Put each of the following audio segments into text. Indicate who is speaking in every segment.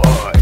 Speaker 1: E-S-N-Y.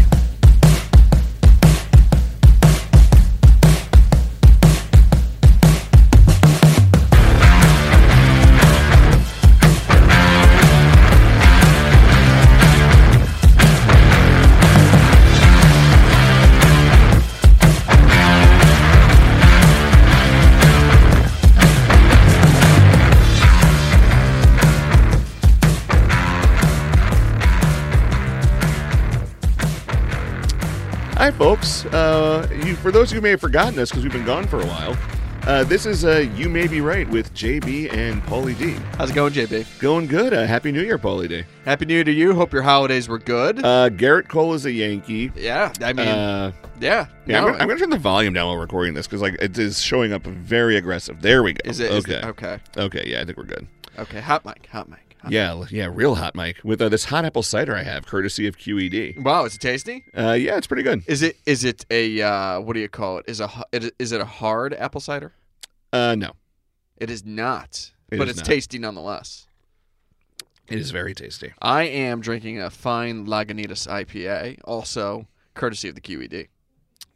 Speaker 2: Hi, folks. Uh, you, for those who may have forgotten us because we've been gone for a while, uh, this is uh, You May Be Right with JB and Paulie D.
Speaker 3: How's it going, JB?
Speaker 2: Going good. Uh, Happy New Year, Paulie D.
Speaker 3: Happy New Year to you. Hope your holidays were good.
Speaker 2: Uh, Garrett Cole is a Yankee.
Speaker 3: yeah, I mean,
Speaker 2: Uh,
Speaker 3: yeah.
Speaker 2: yeah,
Speaker 3: no,
Speaker 2: I'm, gonna, I'm gonna turn the volume down while recording this because like it is showing up very aggressive. There we go.
Speaker 3: is it?
Speaker 2: okay?
Speaker 3: is it- okay.
Speaker 2: okay. Yeah, I think we're good.
Speaker 3: Okay. Hot mic. Hot mic. hot
Speaker 2: Yeah, l- yeah, real hot, Mike. With uh, this hot apple cider I have, courtesy of QED.
Speaker 3: mic. Wow. Is it tasty?
Speaker 2: Uh, yeah, it's pretty good.
Speaker 3: Is it? Is it a? Uh, what do you call it? Is a? hu- it- Is it a hard apple cider?
Speaker 2: Uh, no,
Speaker 3: It is not.
Speaker 2: It
Speaker 3: but
Speaker 2: is
Speaker 3: it's
Speaker 2: not.
Speaker 3: tasty nonetheless.
Speaker 2: it is very tasty.
Speaker 3: I am drinking a fine Lagunitas IPA, also courtesy of the QED.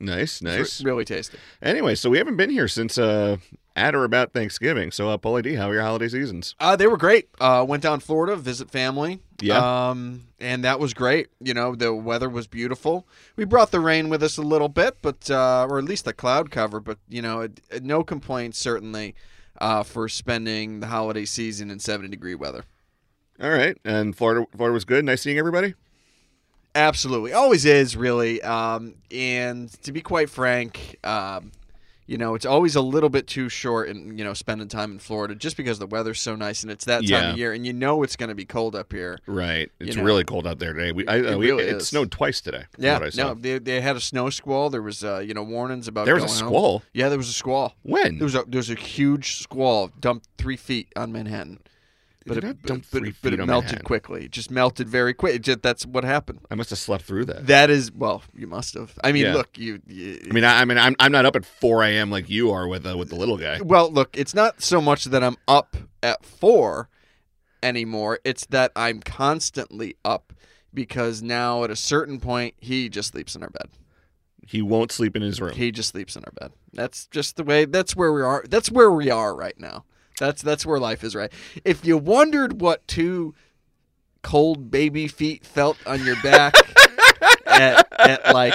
Speaker 2: Nice,
Speaker 3: It's
Speaker 2: nice.
Speaker 3: re- really tasty.
Speaker 2: Anyway, so we haven't been here since uh, at or about Thanksgiving. So, uh, Paulie D, how are your holiday seasons?
Speaker 3: Uh, they were great. Uh, went down Florida, visit family.
Speaker 2: Yeah.
Speaker 3: Um, and that was great. You know, the weather was beautiful. We brought the rain with us a little bit, but uh, or at least the cloud cover. But you know, it, it- no complaints certainly uh, for spending the holiday season in seventy degree weather.
Speaker 2: All right, and Florida, Florida was good. Nice seeing everybody.
Speaker 3: Absolutely, always is really. Um, and to be quite frank, um, you know, it's always a little bit too short, and you know, spending time in Florida just because the weather's so nice and it's that time
Speaker 2: Yeah.
Speaker 3: of year, and you know it's going to be cold up here.
Speaker 2: Right, it's
Speaker 3: You know.
Speaker 2: really cold out there today. We, I,
Speaker 3: It
Speaker 2: uh, we,
Speaker 3: really
Speaker 2: it
Speaker 3: is.
Speaker 2: snowed twice today. from
Speaker 3: Yeah,
Speaker 2: what I saw.
Speaker 3: no, they, they had a snow squall. There was uh, you know warnings about
Speaker 2: There was a
Speaker 3: going home.
Speaker 2: squall?
Speaker 3: Yeah, there was a squall.
Speaker 2: When?
Speaker 3: There was a there was a huge squall dumped three feet on Manhattan. But
Speaker 2: did
Speaker 3: it,
Speaker 2: not dump
Speaker 3: but,
Speaker 2: three
Speaker 3: but
Speaker 2: feet
Speaker 3: it
Speaker 2: on
Speaker 3: melted
Speaker 2: Manhattan.
Speaker 3: quickly. It just melted very quick. It just, that's what happened.
Speaker 2: I must have slept through that.
Speaker 3: That is well, you must have. I mean,
Speaker 2: Yeah.
Speaker 3: look, you. you
Speaker 2: I mean, I, I mean, I'm, I'm not up at 4 a.m. like you are with uh, with the little guy.
Speaker 3: well, look, it's not so much that I'm up at four anymore. It's that I'm constantly up because now at a certain point he just sleeps in our bed.
Speaker 2: He won't sleep in his room.
Speaker 3: He just sleeps in our bed. That's just the way. That's where we are. That's where we are right now. That's that's where life is right. If you wondered what two cold baby feet felt on your back at, at like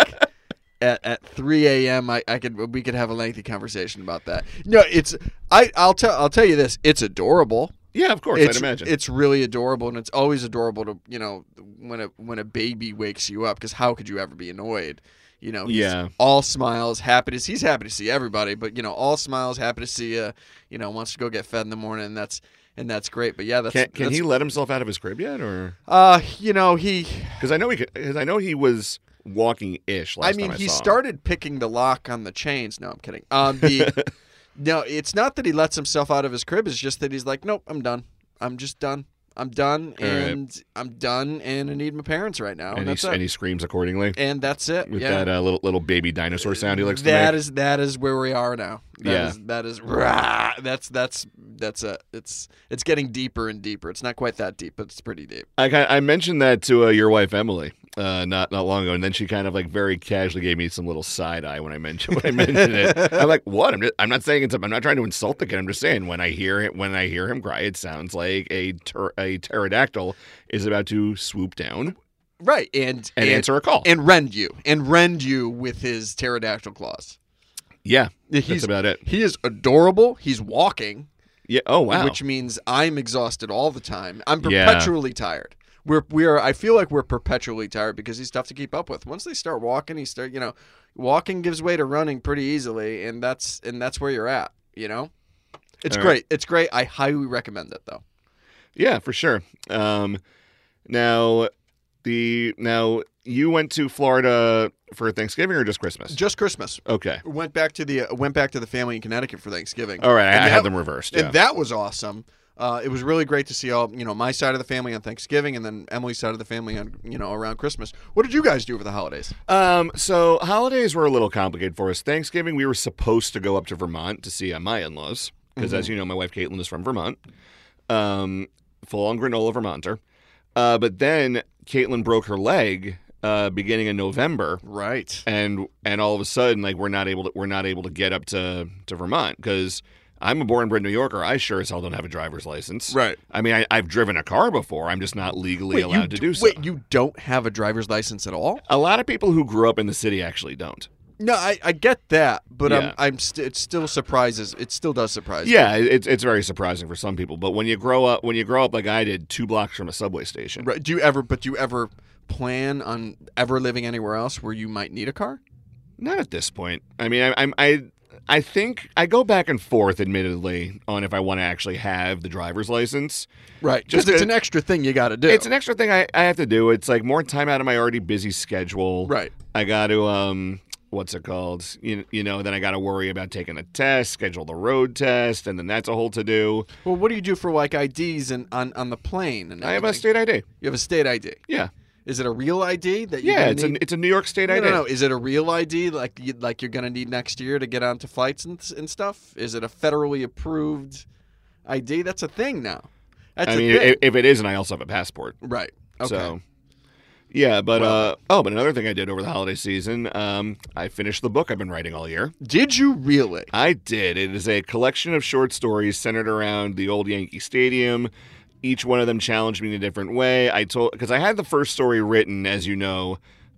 Speaker 3: at, at 3 a.m., I, I could we could have a lengthy conversation about that. No, it's I I'll tell I'll tell you this. It's adorable.
Speaker 2: yeah, of course,
Speaker 3: It's,
Speaker 2: I'd imagine.
Speaker 3: it's really adorable, and it's always adorable to you know when a when a baby wakes you up because how could you ever be annoyed? You know, he's
Speaker 2: Yeah.
Speaker 3: all smiles, happy to see. He's happy to see everybody, but you know, all smiles, happy to see you. You know, wants to go get fed in the morning, and that's and that's great. But yeah, that's
Speaker 2: can can
Speaker 3: that's,
Speaker 2: he let himself out of his crib yet, or
Speaker 3: Uh, you know, he.
Speaker 2: because I know he because I know he was walking ish last
Speaker 3: I mean,
Speaker 2: time
Speaker 3: he
Speaker 2: saw him.
Speaker 3: started picking the lock on the chains. No, I'm kidding. Um, the no, it's not that he lets himself out of his crib. It's just that he's like, nope, I'm done. I'm just done. I'm done,
Speaker 2: All right.
Speaker 3: and I'm done, and I need my parents right now, and,
Speaker 2: and, he,
Speaker 3: that's
Speaker 2: s-
Speaker 3: it.
Speaker 2: and he screams accordingly
Speaker 3: and that's it.
Speaker 2: with
Speaker 3: yeah.
Speaker 2: that uh, little little baby dinosaur sound he likes
Speaker 3: That
Speaker 2: to make.
Speaker 3: is- that is where we are now. That
Speaker 2: Yeah.
Speaker 3: is- that is rah, that's that's that's a it's it's getting deeper and deeper. It's not quite that deep, but it's pretty deep.
Speaker 2: I ki- I mentioned that to uh, your wife Emily uh, not not long ago, and then she kind of like very casually gave me some little side eye when I mentioned when I mentioned it. I'm like, what? I'm, just, I'm not saying it's. I'm not trying to insult the kid. I'm just saying when I hear it, when I hear him cry, it sounds like a ter- a pterodactyl is about to swoop down
Speaker 3: Right. And
Speaker 2: and, answer a call.
Speaker 3: and rend you and rend you with his pterodactyl claws.
Speaker 2: yeah,
Speaker 3: He's,
Speaker 2: that's about it.
Speaker 3: He is adorable. He's walking,
Speaker 2: Yeah. Oh wow.
Speaker 3: which means I'm exhausted all the time. I'm
Speaker 2: Yeah.
Speaker 3: perpetually tired. We're we are. I feel like we're perpetually tired because he's tough to keep up with. Once they start walking, he start you know, walking gives way to running pretty easily, and that's and that's where you're at. You know, it's
Speaker 2: All right.
Speaker 3: great. It's great. I highly recommend it though.
Speaker 2: Yeah, for sure. Um, now the now you went to Florida for Thanksgiving or just Christmas?
Speaker 3: Just Christmas.
Speaker 2: okay.
Speaker 3: Went back to the went back to the family in Connecticut for Thanksgiving.
Speaker 2: All right, I,
Speaker 3: And
Speaker 2: I
Speaker 3: that-
Speaker 2: had them reversed. Yeah.
Speaker 3: and that was awesome. Uh, it was really great to see all you know my side of the family on Thanksgiving, and then Emily's side of the family on you know around Christmas. What did you guys do over the holidays?
Speaker 2: um, so holidays were a little complicated for us. Thanksgiving, we were supposed to go up to Vermont to see uh, my in-laws Mm-hmm. because, as you know, my wife Caitlin is from Vermont, um, full-on granola Vermonter. Uh, but then Caitlyn broke her leg uh, beginning in November,
Speaker 3: Right.
Speaker 2: and and all of a sudden, like we're not able to we're not able to get up to to Vermont because I'm a born and bred New Yorker. I sure as hell don't have a driver's license.
Speaker 3: Right.
Speaker 2: I mean, I, I've driven a car before. I'm just not legally allowed to
Speaker 3: you d-
Speaker 2: do so.
Speaker 3: Wait, you don't have a driver's license at all?
Speaker 2: a lot of people who grew up in the city actually don't.
Speaker 3: No, I, I get that, but
Speaker 2: Yeah.
Speaker 3: I'm I'm st- it still surprises. It still does surprise. me.
Speaker 2: Yeah, it's it's very surprising for some people. But when you grow up, when you grow up like I did, two blocks from a subway station,
Speaker 3: Right. Do you ever? But do you ever plan on ever living anywhere else where you might need a car?
Speaker 2: Not at this point. I mean, I, I'm I I think I go back and forth, admittedly, on if I want to actually have the driver's license.
Speaker 3: Right.
Speaker 2: Just
Speaker 3: Just it's
Speaker 2: to-
Speaker 3: an extra thing you got to do.
Speaker 2: It's an extra thing I, I have to do. It's like more time out of my already busy schedule.
Speaker 3: right.
Speaker 2: I got to um, what's it called? You you know, then I got to worry about taking a test, schedule the road test, and then that's a whole to do.
Speaker 3: Well, what do you do for like IDs and on, on the plane? And
Speaker 2: I have a
Speaker 3: everything?
Speaker 2: state ID.
Speaker 3: You have a state ID.
Speaker 2: Yeah,
Speaker 3: Is it a real ID that you're
Speaker 2: yeah.
Speaker 3: gonna
Speaker 2: It's
Speaker 3: need?
Speaker 2: a it's a New York state
Speaker 3: no,
Speaker 2: ID.
Speaker 3: no, no. Is it a real ID like you, like you're gonna need next year to get onto flights and, s- and stuff? Is it a federally approved ID? That's a thing now. That's
Speaker 2: I
Speaker 3: a
Speaker 2: mean,
Speaker 3: thing.
Speaker 2: if, if it isn't, I also have a passport.
Speaker 3: right. Okay.
Speaker 2: So, yeah, but
Speaker 3: Well-
Speaker 2: uh, oh, but another thing I did over the holiday season, um, I finished the book I've been writing all year.
Speaker 3: Did you really?
Speaker 2: I did. It is a collection of short stories centered around the old Yankee Stadium. Each one of them challenged me in a different way. I told because I had the first story written, as you know,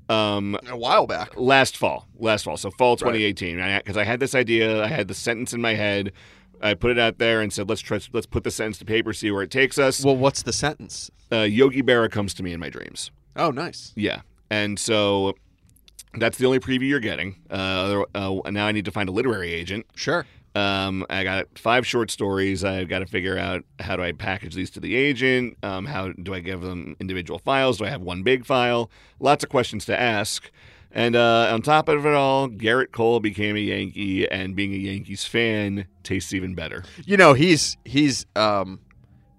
Speaker 2: um,
Speaker 3: A while back.
Speaker 2: last fall, last fall, so fall
Speaker 3: Right.
Speaker 2: 2018. Because I, had this idea, I had the sentence in my head. I put it out there and said, "Let's try, let's put the sentence to paper, see where it takes us."
Speaker 3: Well, what's the sentence?
Speaker 2: Uh, Yogi Berra comes to me in my dreams.
Speaker 3: Oh, nice.
Speaker 2: Yeah, and so that's the only preview you're getting. Uh, other- uh, now I need to find a literary agent.
Speaker 3: Sure.
Speaker 2: Um, I got five short stories. I've got to figure out how do I package these to the agent. Um, how do I give them individual files? Do I have one big file? Lots of questions to ask. And uh, on top of it all, Garrett Cole became a Yankee, and being a Yankees fan tastes even better.
Speaker 3: You know, he's he's um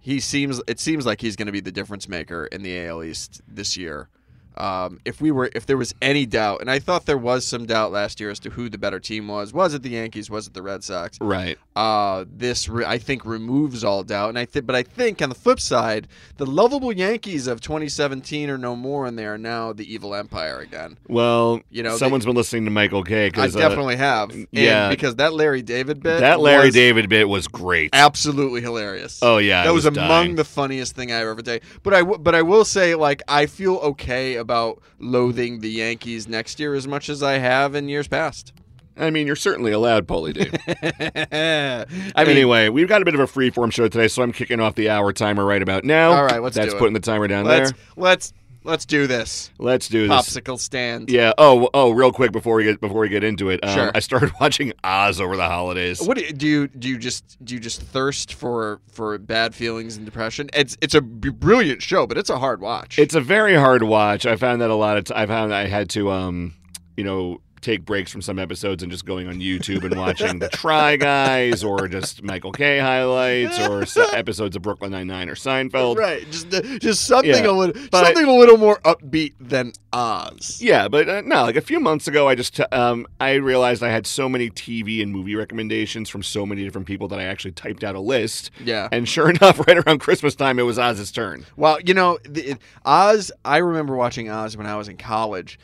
Speaker 3: he seems it seems like he's going to be the difference maker in the AL East this year. Um, if we were if there was any doubt, and I thought there was some doubt last year as to who the better team was, was it the Yankees, was it the Red Sox?
Speaker 2: Right.
Speaker 3: Uh, this re- I think removes all doubt, and I think but I think on the flip side, the lovable Yankees of 2017 or no more, and they are now the evil empire again.
Speaker 2: Well,
Speaker 3: You know, they-
Speaker 2: someone's been listening to Michael K.
Speaker 3: I
Speaker 2: Because uh,
Speaker 3: definitely have, and
Speaker 2: yeah.
Speaker 3: because that Larry David bit
Speaker 2: that Larry
Speaker 3: was
Speaker 2: David bit was great.
Speaker 3: absolutely hilarious.
Speaker 2: Oh yeah, I
Speaker 3: that was, among
Speaker 2: dying.
Speaker 3: the funniest thing I ever did. But I w- but I will say like I feel okay about loathing the Yankees next year as much as I have in years past.
Speaker 2: I mean, you're certainly allowed, Paulie D.
Speaker 3: I mean,
Speaker 2: anyway, we've got a bit of a freeform show today, so I'm kicking off the hour timer right about now.
Speaker 3: All right, let's
Speaker 2: That's
Speaker 3: do it.
Speaker 2: putting the timer down
Speaker 3: let's
Speaker 2: there.
Speaker 3: let's let's do this.
Speaker 2: Let's do this.
Speaker 3: Popsicle stand.
Speaker 2: Yeah. Oh, oh, real quick before we get before we get into it, um,
Speaker 3: Sure.
Speaker 2: I started watching Oz over the holidays.
Speaker 3: What do you, do you do you just do you just thirst for for bad feelings and depression? It's it's a b- brilliant show, but it's a hard watch.
Speaker 2: It's a very hard watch. I found that a lot of t- I found I had to um, you know, take breaks from some episodes and just going on YouTube and watching the Try Guys or just Michael K highlights or s- episodes of Brooklyn Nine Nine or Seinfeld.
Speaker 3: right, just just something
Speaker 2: Yeah,
Speaker 3: a little
Speaker 2: but-
Speaker 3: something a little more upbeat than Oz.
Speaker 2: Yeah, but uh, no, like a few months ago, I just um, I realized I had so many TV and movie recommendations from so many different people that I actually typed out a list.
Speaker 3: yeah.
Speaker 2: And sure enough, right around Christmas time, it was Oz's turn.
Speaker 3: Well, you know, the, it- Oz. I remember watching Oz when I was in college,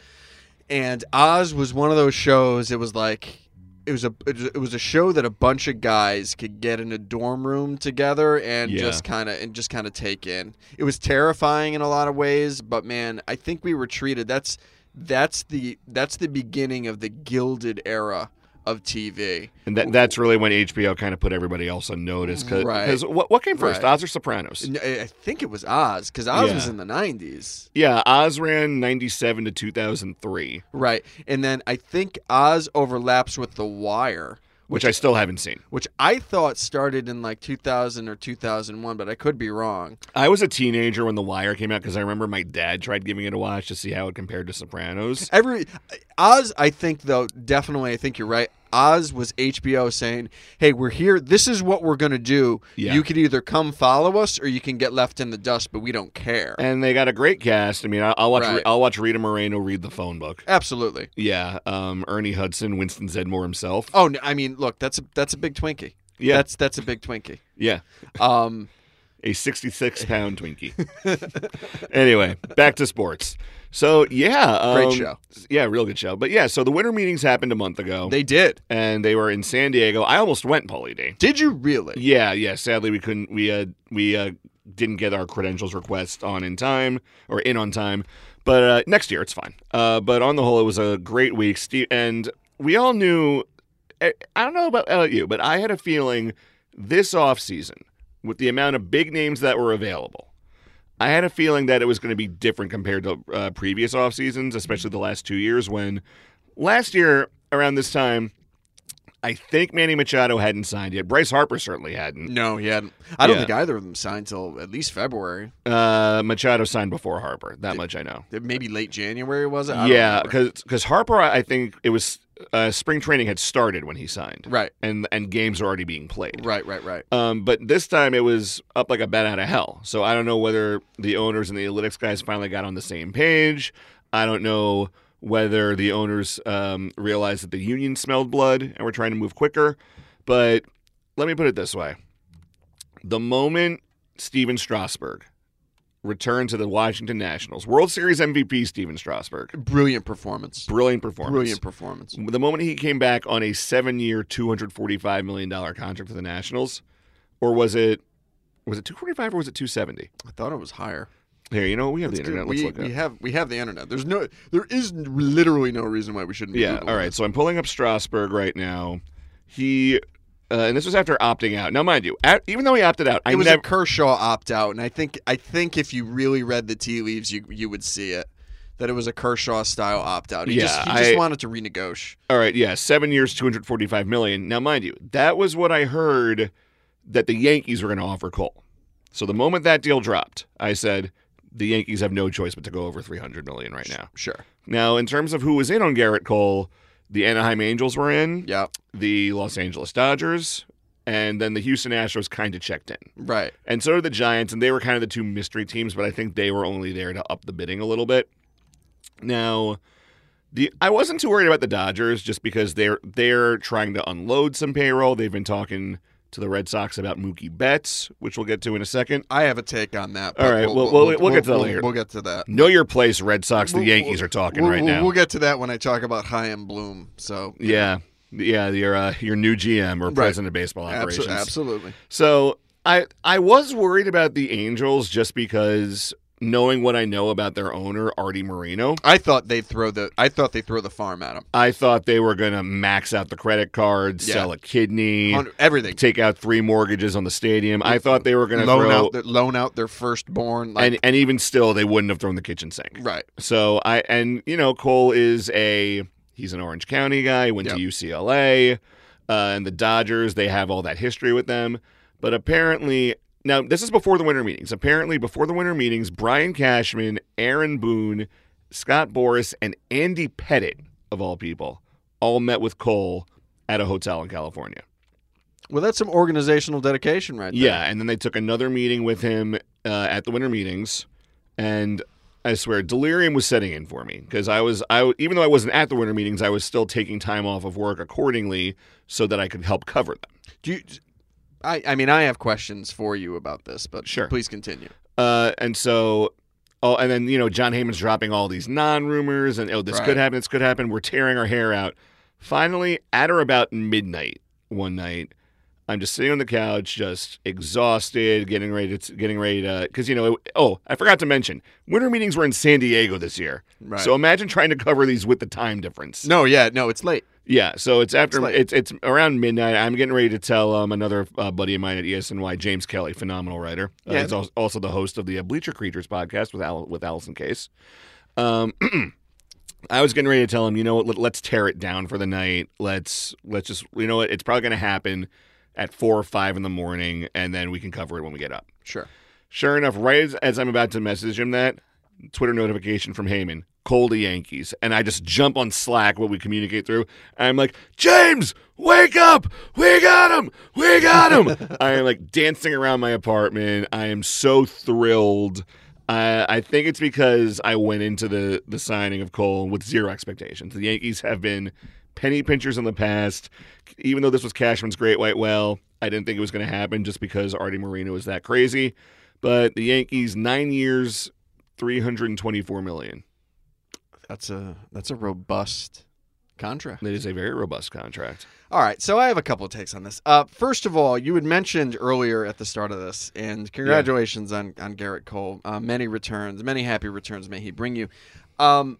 Speaker 3: and Oz was one of those shows. It was like it was a it was a show that a bunch of guys could get in a dorm room together and
Speaker 2: Yeah.
Speaker 3: just kind of and just kind of take in. It was terrifying in a lot of ways, but man, I think we were treated. That's that's the that's the beginning of the gilded era of TV.
Speaker 2: And that, that's really when HBO kind of put everybody else on notice. Because
Speaker 3: Right.
Speaker 2: what, what came first,
Speaker 3: Right.
Speaker 2: Oz or Sopranos?
Speaker 3: And I I think it was Oz because Oz
Speaker 2: Yeah.
Speaker 3: was in the nineties.
Speaker 2: Yeah, Oz ran 97 to 2003,
Speaker 3: Right. And then I think Oz overlaps with The Wire,
Speaker 2: which I still haven't seen.
Speaker 3: which I thought started in like 2000 or 2001, but I could be wrong.
Speaker 2: I was a teenager when The Wire came out because I remember my dad tried giving it a watch to see how it compared to Sopranos.
Speaker 3: Every Oz, I think though, definitely I think you're right. Oz was HBO saying, "Hey, we're here. This is what we're going to do.
Speaker 2: Yeah.
Speaker 3: You could either come follow us or you can get left in the dust, but we don't care."
Speaker 2: And they got a great cast. I mean, I'll, I'll watch
Speaker 3: Right.
Speaker 2: I'll watch Rita Moreno read the phone book.
Speaker 3: Absolutely.
Speaker 2: Yeah, um, Ernie Hudson, Winston Zedmore himself.
Speaker 3: Oh, no, I mean, look, that's a that's a big Twinkie.
Speaker 2: Yeah.
Speaker 3: That's that's a big Twinkie.
Speaker 2: Yeah,
Speaker 3: Um
Speaker 2: a 66 pound Twinkie. anyway, back to sports. So, yeah. Um,
Speaker 3: Great show.
Speaker 2: Yeah, real good show. But yeah, so the winter meetings happened a month ago,
Speaker 3: They did.
Speaker 2: and they were in San Diego. I almost went, Paulie D.
Speaker 3: Did you really?
Speaker 2: Yeah, yeah. Sadly, we couldn't. We uh, we uh, didn't get our credentials request on in time or in on time. But uh, next year, it's fine. Uh, but on the whole, it was a great week. Steve and we all knew. I I don't know about uh, you, but I had a feeling this off season with the amount of big names that were available. I had a feeling that it was going to be different compared to uh, previous off seasons, especially the last two years. When last year around this time, I think Manny Machado hadn't signed yet. Bryce Harper certainly hadn't.
Speaker 3: No, he hadn't. I don't
Speaker 2: Yeah.
Speaker 3: think either of them signed till at least February.
Speaker 2: Uh, Machado signed before Harper. That much I know.
Speaker 3: Maybe late January was it? I don't
Speaker 2: Yeah,
Speaker 3: remember.
Speaker 2: because Harper, I I think it was uh, spring training had started when he signed,
Speaker 3: Right.
Speaker 2: and and games were already being played.
Speaker 3: Right. Right. Right.
Speaker 2: Um, but this time it was up like a bat out of hell. So I don't know whether the owners and the analytics guys finally got on the same page. I don't know whether the owners um, realized that the union smelled blood and were trying to move quicker. But let me put it this way the moment Steven Strasberg returned to the Washington Nationals, World Series MVP Steven Strasberg,
Speaker 3: Brilliant performance.
Speaker 2: brilliant performance.
Speaker 3: Brilliant performance.
Speaker 2: The moment he came back on a seven-year, two hundred forty-five million dollar contract with the Nationals, or was it was it two forty-five or was it two seventy?
Speaker 3: I thought it was higher.
Speaker 2: Here, you know we have the
Speaker 3: Dude,
Speaker 2: internet.
Speaker 3: we,
Speaker 2: Let's look
Speaker 3: we
Speaker 2: it up.
Speaker 3: have we have the internet. There's no there is n- literally no reason why we shouldn't. Be
Speaker 2: Yeah.
Speaker 3: Googling
Speaker 2: All right. So I'm pulling up Strasburg right now. He. Uh, and this was after opting out. Now, mind you, at, even though he opted out, I
Speaker 3: It was
Speaker 2: never.
Speaker 3: a Kershaw opt out, and I think I think if you really read the tea leaves, you you would see it that it was a Kershaw style opt out. He just
Speaker 2: Yeah,
Speaker 3: he just
Speaker 2: I-
Speaker 3: wanted to renegotiate.
Speaker 2: all right, yeah, seven years, two hundred forty-five million. Now, mind you, that was what I heard that the Yankees were going to offer Cole. So the moment that deal dropped, I said the Yankees have no choice but to go over three hundred million right now.
Speaker 3: Sure.
Speaker 2: Now, in terms of who was in on Garrett Cole, the Anaheim Angels were in,
Speaker 3: Yeah.
Speaker 2: the Los Angeles Dodgers, and then the Houston Astros kind of checked in.
Speaker 3: Right.
Speaker 2: And so did the Giants, and they were kind of the two mystery teams, but I think they were only there to up the bidding a little bit. Now, the I wasn't too worried about the Dodgers just because they're they're trying to unload some payroll. They've been talking to the Red Sox about Mookie Betts, which we'll get to in a second.
Speaker 3: I have a take on that. but
Speaker 2: All right, we'll- we'll- we'll get to that
Speaker 3: we'll,
Speaker 2: later.
Speaker 3: We'll get to that.
Speaker 2: Know your place, Red Sox. The
Speaker 3: We'll-
Speaker 2: Yankees are talking
Speaker 3: we'll,
Speaker 2: right
Speaker 3: we'll-
Speaker 2: now.
Speaker 3: We'll get to that when I talk about High and Bloom. So
Speaker 2: Yeah. Yeah, your uh, your new GM or
Speaker 3: Right.
Speaker 2: president of baseball operations.
Speaker 3: absolutely, absolutely.
Speaker 2: So I I was worried about the Angels just because knowing what I know about their owner Artie Marino,
Speaker 3: I thought they would throw the I thought they throw the farm at him.
Speaker 2: I thought they were going to max out the credit cards,
Speaker 3: Yeah.
Speaker 2: sell a kidney,
Speaker 3: On everything.
Speaker 2: take out three mortgages on the stadium. I thought they were going to
Speaker 3: Loan
Speaker 2: throw
Speaker 3: out their, loan out their firstborn. Like,
Speaker 2: and and even still they wouldn't have thrown the kitchen sink.
Speaker 3: right.
Speaker 2: So I and you know Cole is a he's an Orange County guy. Went
Speaker 3: Yep.
Speaker 2: to UCLA uh, and the Dodgers. They have all that history with them. But apparently now this is before the winter meetings. Apparently before the winter meetings, Brian Cashman, Aaron Boone, Scott Boris, and Andy Pettit of all people all met with Cole at a hotel in California.
Speaker 3: Well, that's some organizational dedication, right there.
Speaker 2: Yeah, and then they took another meeting with him uh, at the winter meetings, and I swear delirium was setting in for me because I was I even though I wasn't at the winter meetings, I was still taking time off of work accordingly so that I could help cover them.
Speaker 3: Do you, I, I mean, I have questions for you about this, but
Speaker 2: Sure.
Speaker 3: please continue.
Speaker 2: Uh, and so, oh, and then you know John Heyman's dropping all these non-rumors and oh this
Speaker 3: Right.
Speaker 2: could happen, this could happen. We're tearing our hair out. Finally, at or about midnight one night, I'm just sitting on the couch, just exhausted, getting ready to getting ready to because you know it- oh I forgot to mention winter meetings were in San Diego this year,
Speaker 3: Right.
Speaker 2: so imagine trying to cover these with the time difference.
Speaker 3: no, yeah, no, it's late.
Speaker 2: Yeah, so it's after it's,
Speaker 3: It's like-
Speaker 2: it's around midnight. I'm getting ready to tell um, another uh, buddy of mine at ESNY, James Kelly, phenomenal writer. Uh,
Speaker 3: Yeah.
Speaker 2: He's al- also the host of the uh, Bleacher Creatures podcast with Al- with Allison Case. Um, I was getting ready to tell him, you know what? Let, let's tear it down for the night. Let's let's just you know what? It's probably going to happen at four or five in the morning, and then we can cover it when we get up.
Speaker 3: Sure.
Speaker 2: Sure enough, right as, as I'm about to message him that, Twitter notification from Heyman, Cole to Yankees. And I just jump on Slack, what we communicate through. And I'm like, James, wake up! We got him! We got him! I am like dancing around my apartment. I am so thrilled. I I think it's because I went into the, the signing of Cole with zero expectations. The Yankees have been penny pinchers in the past. Even though this was Cashman's Great White Whale, I didn't think it was going to happen just because Artie Moreno is that crazy. But the Yankees, nine years, three hundred and twenty-four million.
Speaker 3: That's a that's a robust contract.
Speaker 2: That is a very robust contract.
Speaker 3: All right, so I have a couple of takes on this. Uh, first of all, you had mentioned earlier at the start of this, and congratulations on, on Garrett Cole. Uh, many returns, many happy returns may he bring you. Um,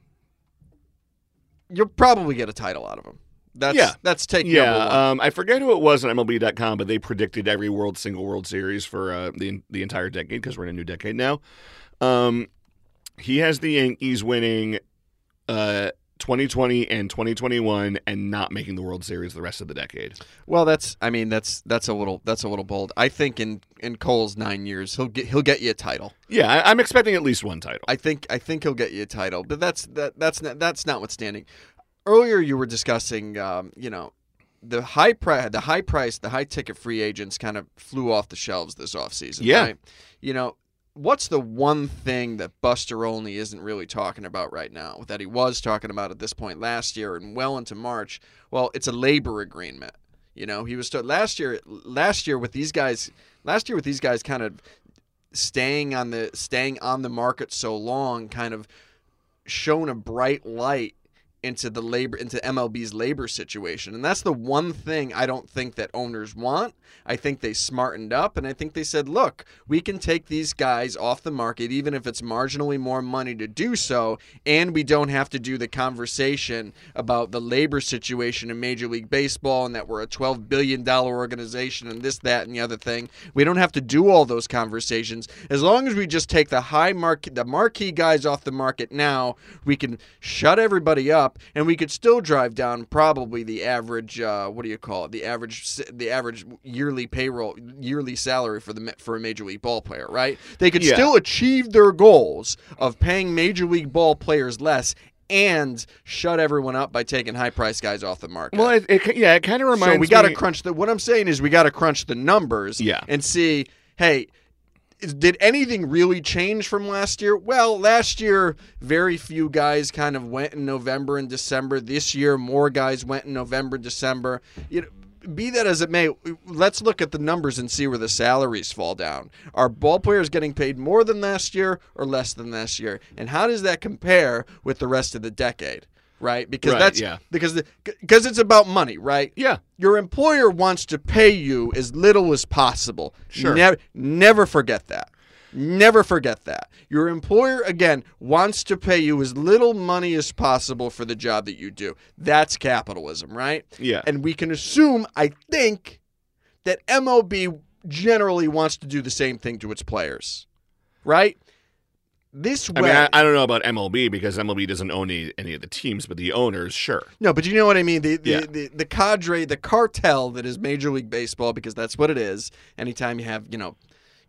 Speaker 3: you'll probably get a title out of him. That's
Speaker 2: Yeah.
Speaker 3: that's take number one.
Speaker 2: Yeah, um, I forget who it was on MLB.com, but they predicted every World Single World Series for uh, the the entire decade because we're in a new decade now. Um, he has the Yankees winning uh, 2020 and 2021 and not making the World Series the rest of the decade.
Speaker 3: Well, that's I mean that's that's a little that's a little bold. I think in in Cole's nine years he'll get he'll get you a title.
Speaker 2: Yeah, I, I'm expecting at least one title.
Speaker 3: I think I think he'll get you a title, but that's that that's not, that's notwithstanding. Earlier, you were discussing, um, you know, the high price, the high price, the high ticket free agents kind of flew off the shelves this offseason.
Speaker 2: Yeah.
Speaker 3: right? you know, what's the one thing that Buster Olney isn't really talking about right now that he was talking about at this point last year and well into March? Well, it's a labor agreement. You know, he was last year. Last year with these guys, last year with these guys, kind of staying on the staying on the market so long kind of shone a bright light into the labor into MLB's labor situation. And that's the one thing I don't think that owners want. I think they smartened up and I think they said, "Look, we can take these guys off the market even if it's marginally more money to do so and we don't have to do the conversation about the labor situation in Major League Baseball and that we're a 12 billion dollar organization and this that and the other thing. We don't have to do all those conversations as long as we just take the high market the marquee guys off the market now, we can shut everybody up and we could still drive down probably the average uh, what do you call it? The average s- the average yearly payroll yearly salary for the ma- for a major league ball player, right? They could
Speaker 2: Yeah.
Speaker 3: still achieve their goals of paying major league ball players less and shut everyone up by taking high price guys off the market.
Speaker 2: well, it, it, yeah, it kind of reminds
Speaker 3: So we got to
Speaker 2: me-
Speaker 3: crunch the. What I'm saying is we got to crunch the numbers.
Speaker 2: Yeah.
Speaker 3: And see, hey, is, did anything really change from last year? Well, last year very few guys kind of went in November and December. This year more guys went in November, December. You know. Be that as it may, let's look at the numbers and see where the salaries fall down. Are ball players getting paid more than last year or less than last year? And how does that compare with the rest of the decade? Right? Because
Speaker 2: Right,
Speaker 3: that's
Speaker 2: yeah.
Speaker 3: because because it's about money, right?
Speaker 2: Yeah,
Speaker 3: your employer wants to pay you as little as possible.
Speaker 2: Sure.
Speaker 3: Never, never forget that. Never forget that. Your employer, again, wants to pay you as little money as possible for the job that you do. That's capitalism, right?
Speaker 2: yeah.
Speaker 3: And we can assume, I think, that MLB generally wants to do the same thing to its players, right? This
Speaker 2: I
Speaker 3: way.
Speaker 2: mean, I, I don't know about MLB because MLB doesn't own any, any of the teams, but the owners, sure.
Speaker 3: No, but you know what I mean. The the,
Speaker 2: Yeah.
Speaker 3: the the cadre, the cartel that is Major League Baseball, because that's what it is. Anytime you have you know,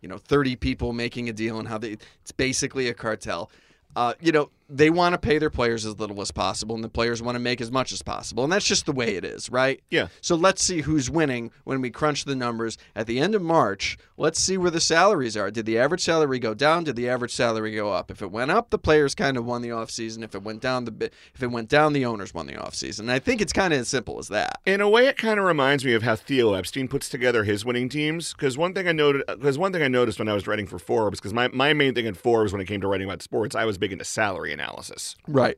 Speaker 3: you know, thirty people making a deal and how they, it's basically a cartel. Uh, you know, they want to pay their players as little as possible, and the players want to make as much as possible, and that's just the way it is, right?
Speaker 2: Yeah.
Speaker 3: So let's see who's winning when we crunch the numbers at the end of March. Let's see where the salaries are. Did the average salary go down? Did the average salary go up? If it went up, the players kind of won the offseason. If it went down, the bi- if it went down, the owners won the offseason. And I think it's kind of as simple as that.
Speaker 2: In a way, it kind of reminds me of how Theo Epstein puts together his winning teams. Because one thing I noted, because one thing I noticed when I was writing for Forbes, because my, my main thing in Forbes when it came to writing about sports, I was big into salary analysis.
Speaker 3: Right.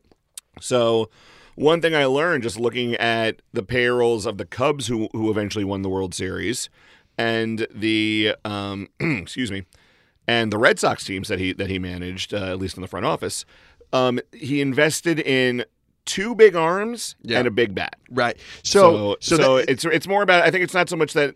Speaker 2: So one thing I learned just looking at the payrolls of the Cubs who who eventually won the World Series and the um, excuse me and the Red Sox teams that he that he managed uh, at least in the front office um, he invested in two big arms
Speaker 3: Yeah.
Speaker 2: and a big bat
Speaker 3: Right. So
Speaker 2: so,
Speaker 3: that-
Speaker 2: it's it's more about I think it's not so much that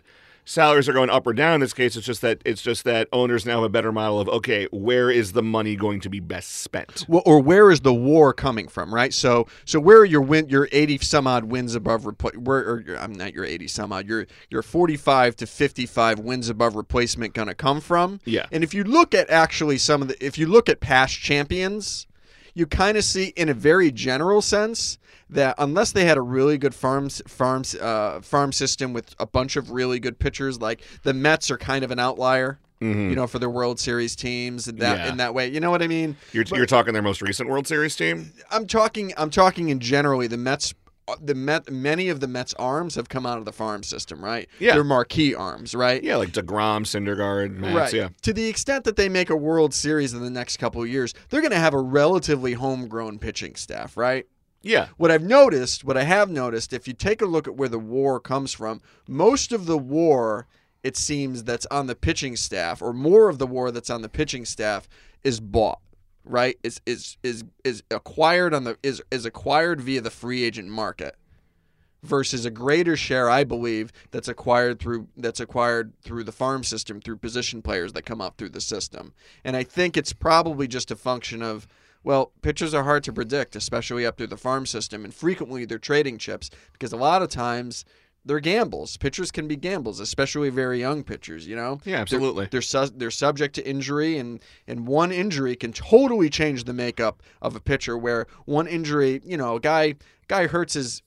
Speaker 2: salaries are going up or down in this case it's just that it's just that owners now have a better model of okay where is the money going to be best spent
Speaker 3: Well, or where is the war coming from, right? So, so where are your win, your eighty some odd wins above repla- where or your, I'm not your eighty some odd, your your forty five to fifty five wins above replacement going to come from?
Speaker 2: Yeah.
Speaker 3: And if you look at actually some of the, if you look at past champions, you kind of see in a very general sense that unless they had a really good farm farm uh, farm system with a bunch of really good pitchers, like the Mets are kind of an outlier. You know, for their World Series teams and that
Speaker 2: Mm-hmm. Yeah.
Speaker 3: in that way, you know what I mean.
Speaker 2: You're, you're talking their most recent World Series team?
Speaker 3: I'm talking. I'm talking in generally. The Mets the Met, many of the Mets arms have come out of the farm system, right?
Speaker 2: Yeah.
Speaker 3: They're marquee arms, right?
Speaker 2: Yeah, like Degrom, Syndergaard, Max.
Speaker 3: right.
Speaker 2: Yeah,
Speaker 3: To the extent that they make a World Series in the next couple of years, they're going to have a relatively homegrown pitching staff, right?
Speaker 2: yeah,
Speaker 3: What I've noticed, what I have noticed, if you take a look at where the war comes from, most of the war, it seems, that's on the pitching staff, or more of the war that's on the pitching staff, is bought, right? Is is is is acquired on the is is acquired via the free agent market, versus a greater share, I believe, that's acquired through that's acquired through the farm system, through position players that come up through the system, and I think it's probably just a function of. Well, pitchers are hard to predict, especially up through the farm system, and frequently they're trading chips because a lot of times they're gambles. Pitchers can be gambles, especially very young pitchers. You know,
Speaker 2: yeah, absolutely.
Speaker 3: they're su- they're subject to injury, and and one injury can totally change the makeup of a pitcher. Where one injury, you know, a guy guy hurts his,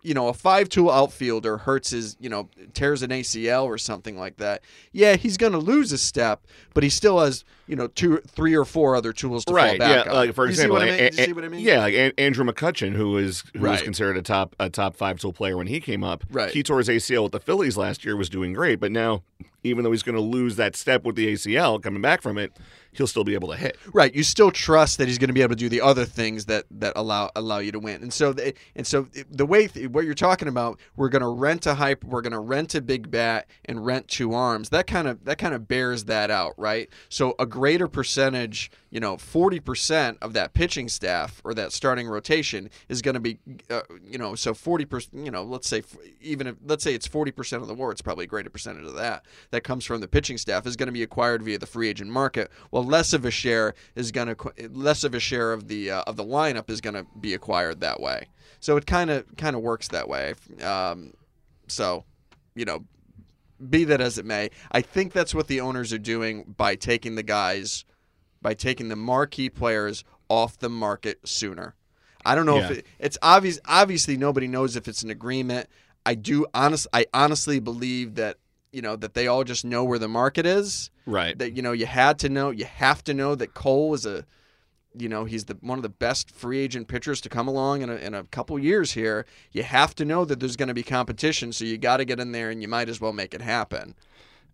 Speaker 3: you know, a five tool outfielder hurts his, you know, tears an ACL or something like that. Yeah, he's going to lose a step, but he still has you know two, three or four other tools to fall
Speaker 2: Right, yeah.
Speaker 3: back on.
Speaker 2: Like for
Speaker 3: You see
Speaker 2: example,
Speaker 3: what I
Speaker 2: a-
Speaker 3: mean? You
Speaker 2: a-
Speaker 3: see what I mean?
Speaker 2: yeah, like An- Andrew McCutcheon, who was who was
Speaker 3: Right.
Speaker 2: considered a top a top five tool player when he came up.
Speaker 3: Right.
Speaker 2: he tore his ACL with the Phillies last year, was doing great, but now even though he's going to lose that step with the ACL coming back from it, he'll still be able to hit.
Speaker 3: Right, you still trust that he's going to be able to do the other things that that allow allow you to win. And so the, and so the way what you're talking about, we're going to rent a hype, we're going to rent a big bat and rent two arms. That kind of that kind of bears that out, right? So a greater percentage, you know, 40% of that pitching staff or that starting rotation is going to be uh, you know, so 40%, you know, let's say f- even if let's say it's 40% of the war, it's probably a greater percentage of that that comes from the pitching staff is going to be acquired via the free agent market. Well, less of a share is going to less of a share of the uh, of the lineup is going to be acquired that way. So it kind of kind of works that way. Um, so, you know, be that as it may, I think that's what the owners are doing by taking the guys, by taking the marquee players off the market sooner. I don't know if
Speaker 2: Yeah.
Speaker 3: it, it's obvious. Obviously, nobody knows if it's an agreement. I do honest. I honestly believe that you know that they all just know where the market is.
Speaker 2: Right.
Speaker 3: That you know you had to know. You have to know that Cole is a you know he's the one of the best free agent pitchers to come along in a, in a couple years here you have to know that there's going to be competition so you got to get in there and you might as well make it happen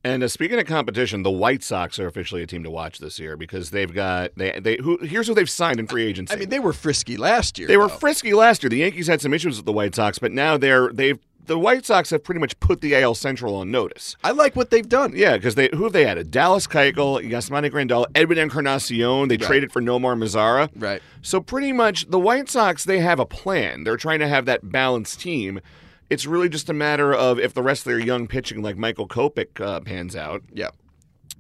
Speaker 2: And uh, speaking of competition, the White Sox are officially a team to watch this year because they've got they they who here's who they've signed in free agency.
Speaker 3: i mean they were frisky last year
Speaker 2: They were
Speaker 3: though.
Speaker 2: frisky last year. The Yankees had some issues with the White Sox, but now they're they've the White Sox have pretty much put the AL Central on notice.
Speaker 3: i like what they've done
Speaker 2: Yeah, because they who have they added? Dallas Keuchel, Yasmani Grandal, Edwin Encarnacion. They traded for Nomar Mazzara.
Speaker 3: right
Speaker 2: So pretty much the White Sox they have a plan. They're trying to have that balanced team. It's really just a matter of if the rest of their young pitching, like Michael Kopech, uh, pans out,
Speaker 3: yeah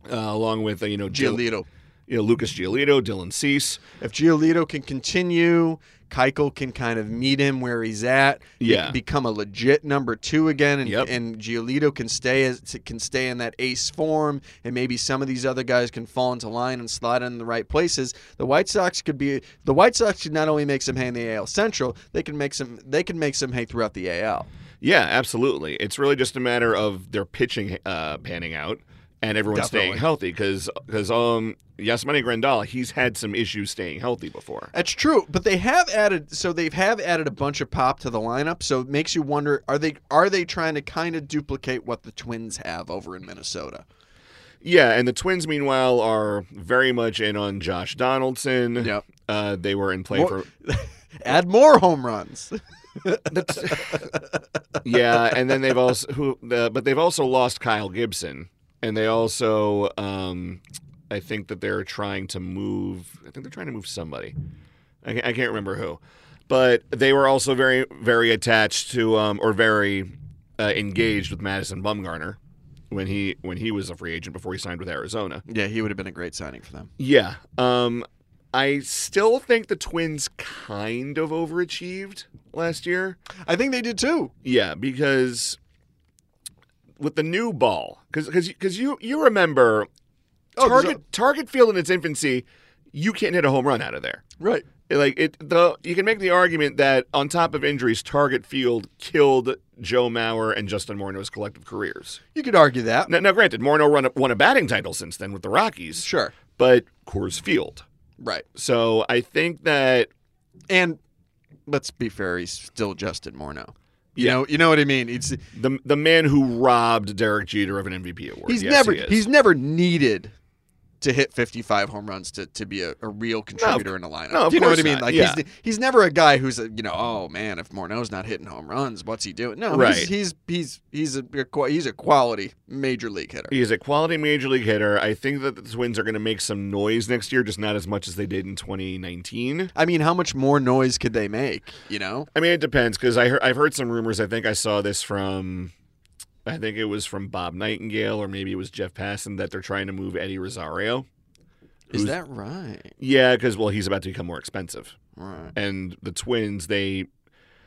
Speaker 2: uh, along with uh, you know Gil-
Speaker 3: giolito
Speaker 2: you know, Lucas Giolito, Dylan Cease.
Speaker 3: if giolito can continue Keuchel can kind of meet him where he's at. be-
Speaker 2: Yeah.
Speaker 3: become a legit number two again, and
Speaker 2: Yep.
Speaker 3: and Giolito can stay as can stay in that ace form, and maybe some of these other guys can fall into line and slot in the right places. The White Sox could be the White Sox could not only make some hay in the AL Central, they can make some they can make some hay throughout the AL.
Speaker 2: Yeah, absolutely. It's really just a matter of their pitching uh, panning out and everyone staying
Speaker 3: Definitely.
Speaker 2: healthy because because um Yasmani Grandal he's had some issues staying healthy before.
Speaker 3: That's true, but they have added so they have added a bunch of pop to the lineup, so it makes you wonder are they are they trying to kind of duplicate what the Twins have over in Minnesota?
Speaker 2: Yeah, and the Twins meanwhile are very much in on Josh Donaldson.
Speaker 3: Yep.
Speaker 2: Uh, they were in play
Speaker 3: More-
Speaker 2: for
Speaker 3: Add more home runs.
Speaker 2: yeah, and then they've also who the, but they've also lost Kyle Gibson, and they also um, I think that they're trying to move. I think they're trying to move somebody. I, ca- I can't remember who, but they were also very very attached to um, or very uh, engaged with Madison Bumgarner when he when he was a free agent before he signed with Arizona.
Speaker 3: Yeah, he would have been a great signing for them.
Speaker 2: Yeah. Um, I still think the Twins kind of overachieved last year.
Speaker 3: I think they did too.
Speaker 2: Yeah, because with the new ball, because you you remember
Speaker 3: Oh,
Speaker 2: target
Speaker 3: so-
Speaker 2: target field in its infancy, you can't hit a home run out of there.
Speaker 3: Right.
Speaker 2: Like it, the you can make the argument that on top of injuries, target field killed Joe Mauer and Justin Morneau's collective careers.
Speaker 3: You could argue that.
Speaker 2: Now, now granted, Morneau run a, won a batting title since then with the Rockies,
Speaker 3: Sure.
Speaker 2: but Coors Field.
Speaker 3: Right.
Speaker 2: So I think that
Speaker 3: And let's be fair, he's still Justin Morneau. You
Speaker 2: Yeah.
Speaker 3: know, you know what I mean. It's
Speaker 2: The the man who robbed Derek Jeter of an MVP award.
Speaker 3: he's
Speaker 2: Yes,
Speaker 3: never
Speaker 2: he is.
Speaker 3: he's never needed to hit 55 home runs to, to be a, a real contributor in a lineup.
Speaker 2: no, of
Speaker 3: Do you know what
Speaker 2: course
Speaker 3: I mean?
Speaker 2: not.
Speaker 3: Like
Speaker 2: Yeah.
Speaker 3: he's he's never a guy who's a, you know, oh man, if Morneau's not hitting home runs, what's he doing? No,
Speaker 2: Right.
Speaker 3: he's he's he's he's a qua- he's a quality major league hitter.
Speaker 2: He's a quality major league hitter. I think that the Twins are going to make some noise next year, just not as much as they did in 2019.
Speaker 3: I mean, how much more noise could they make, you know?
Speaker 2: I mean, it depends because I heard, I've heard some rumors. I think I saw this from, I think it was from Bob Nightingale or maybe it was Jeff Passan that they're trying to move Eddie Rosario.
Speaker 3: Is
Speaker 2: Who's-
Speaker 3: that right?
Speaker 2: Yeah, because well, he's about to become more expensive.
Speaker 3: Right.
Speaker 2: and the Twins, they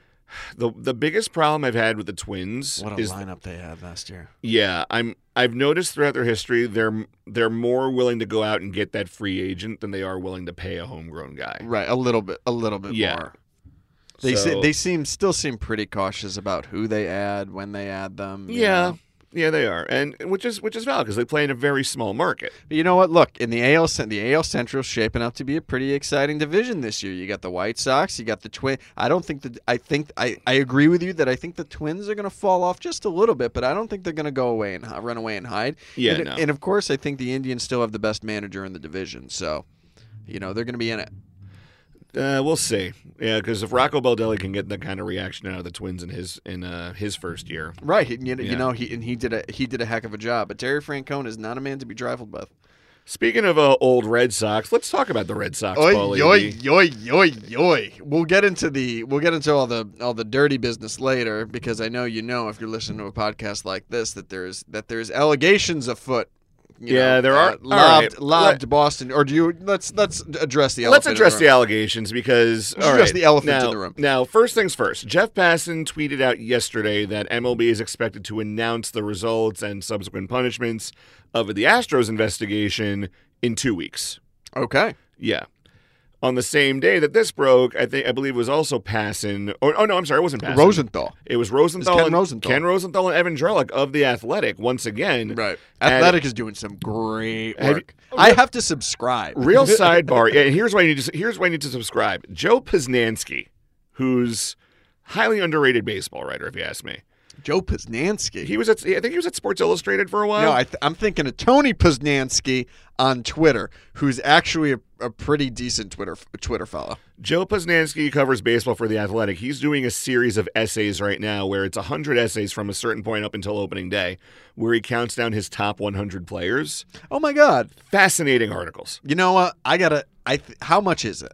Speaker 2: the the biggest problem I've had with the Twins
Speaker 3: What a
Speaker 2: is
Speaker 3: lineup they had last year.
Speaker 2: yeah, I'm I've noticed throughout their history they're they're more willing to go out and get that free agent than they are willing to pay a homegrown guy.
Speaker 3: Right, a little bit a little bit
Speaker 2: Yeah.
Speaker 3: more. They
Speaker 2: So-
Speaker 3: se- they seem still seem pretty cautious about who they add, when they add them. you
Speaker 2: yeah.
Speaker 3: know?
Speaker 2: Yeah, they are, and which is which is valid because they play in a very small market.
Speaker 3: But you know what? Look, in the AL, Cent- the AL Central shaping up to be a pretty exciting division this year. You got the White Sox, you got the Twin. I don't think that I think I, I agree with you that I think the Twins are going to fall off just a little bit, but I don't think they're going to go away and hi- run away and hide.
Speaker 2: Yeah,
Speaker 3: and,
Speaker 2: no.
Speaker 3: and of course, I think the Indians still have the best manager in the division, so you know they're going to be in it.
Speaker 2: Uh, we'll see. Yeah, because if Rocco Baldelli can get that kind of reaction out of the Twins in his in uh, his first year,
Speaker 3: Right, and you,
Speaker 2: Yeah.
Speaker 3: you know he and he did a he did a heck of a job, but Terry Francona is not a man to be trifled with.
Speaker 2: speaking of uh, old Red Sox, let's talk about the Red Sox.
Speaker 3: Oy,
Speaker 2: Paulie.
Speaker 3: yoy, yoy, yoy, yoy. We'll get into the we'll get into all the all the dirty business later because I know you know if you're listening to a podcast like this that there's that there's allegations afoot. you
Speaker 2: Yeah,
Speaker 3: know,
Speaker 2: there are-
Speaker 3: uh,
Speaker 2: all right.
Speaker 3: lobbed, lobbed Boston, or do you? Let's let's address the.
Speaker 2: Let's
Speaker 3: elephant in
Speaker 2: address
Speaker 3: the
Speaker 2: the
Speaker 3: room.
Speaker 2: allegations because
Speaker 3: Let's
Speaker 2: all
Speaker 3: address
Speaker 2: right,
Speaker 3: the elephant in
Speaker 2: now,
Speaker 3: the room.
Speaker 2: Now, first things first. Jeff Passan tweeted out yesterday that MLB is expected to announce the results and subsequent punishments of the Astros investigation in two weeks.
Speaker 3: Okay,
Speaker 2: Yeah. On the same day that this broke, I think I believe it was also Passan. Or, oh no, I'm sorry, it wasn't Passan.
Speaker 3: Rosenthal.
Speaker 2: It was Rosenthal.
Speaker 3: Ken
Speaker 2: and,
Speaker 3: Rosenthal.
Speaker 2: Ken Rosenthal and Evan Drellick of the Athletic once again.
Speaker 3: Right,
Speaker 2: And-
Speaker 3: Athletic is doing some great
Speaker 2: Have Oh,
Speaker 3: work. I have to subscribe.
Speaker 2: Real sidebar. Yeah, and here's why you need to here's why you need to subscribe. Joe Posnanski, who's highly underrated baseball writer, if you ask me.
Speaker 3: Joe Posnanski.
Speaker 2: He was at I think he was at Sports Illustrated for a while.
Speaker 3: No, I th- I'm thinking of Tony Poznanski on Twitter, who's actually a, a pretty decent Twitter Twitter fellow.
Speaker 2: Joe Posnanski covers baseball for the Athletic. He's doing a series of essays right now where it's 100 essays from a certain point up until opening day where he counts down his top 100 players.
Speaker 3: Oh my God!
Speaker 2: Fascinating articles.
Speaker 3: You know what? I gotta. I th- how much is it?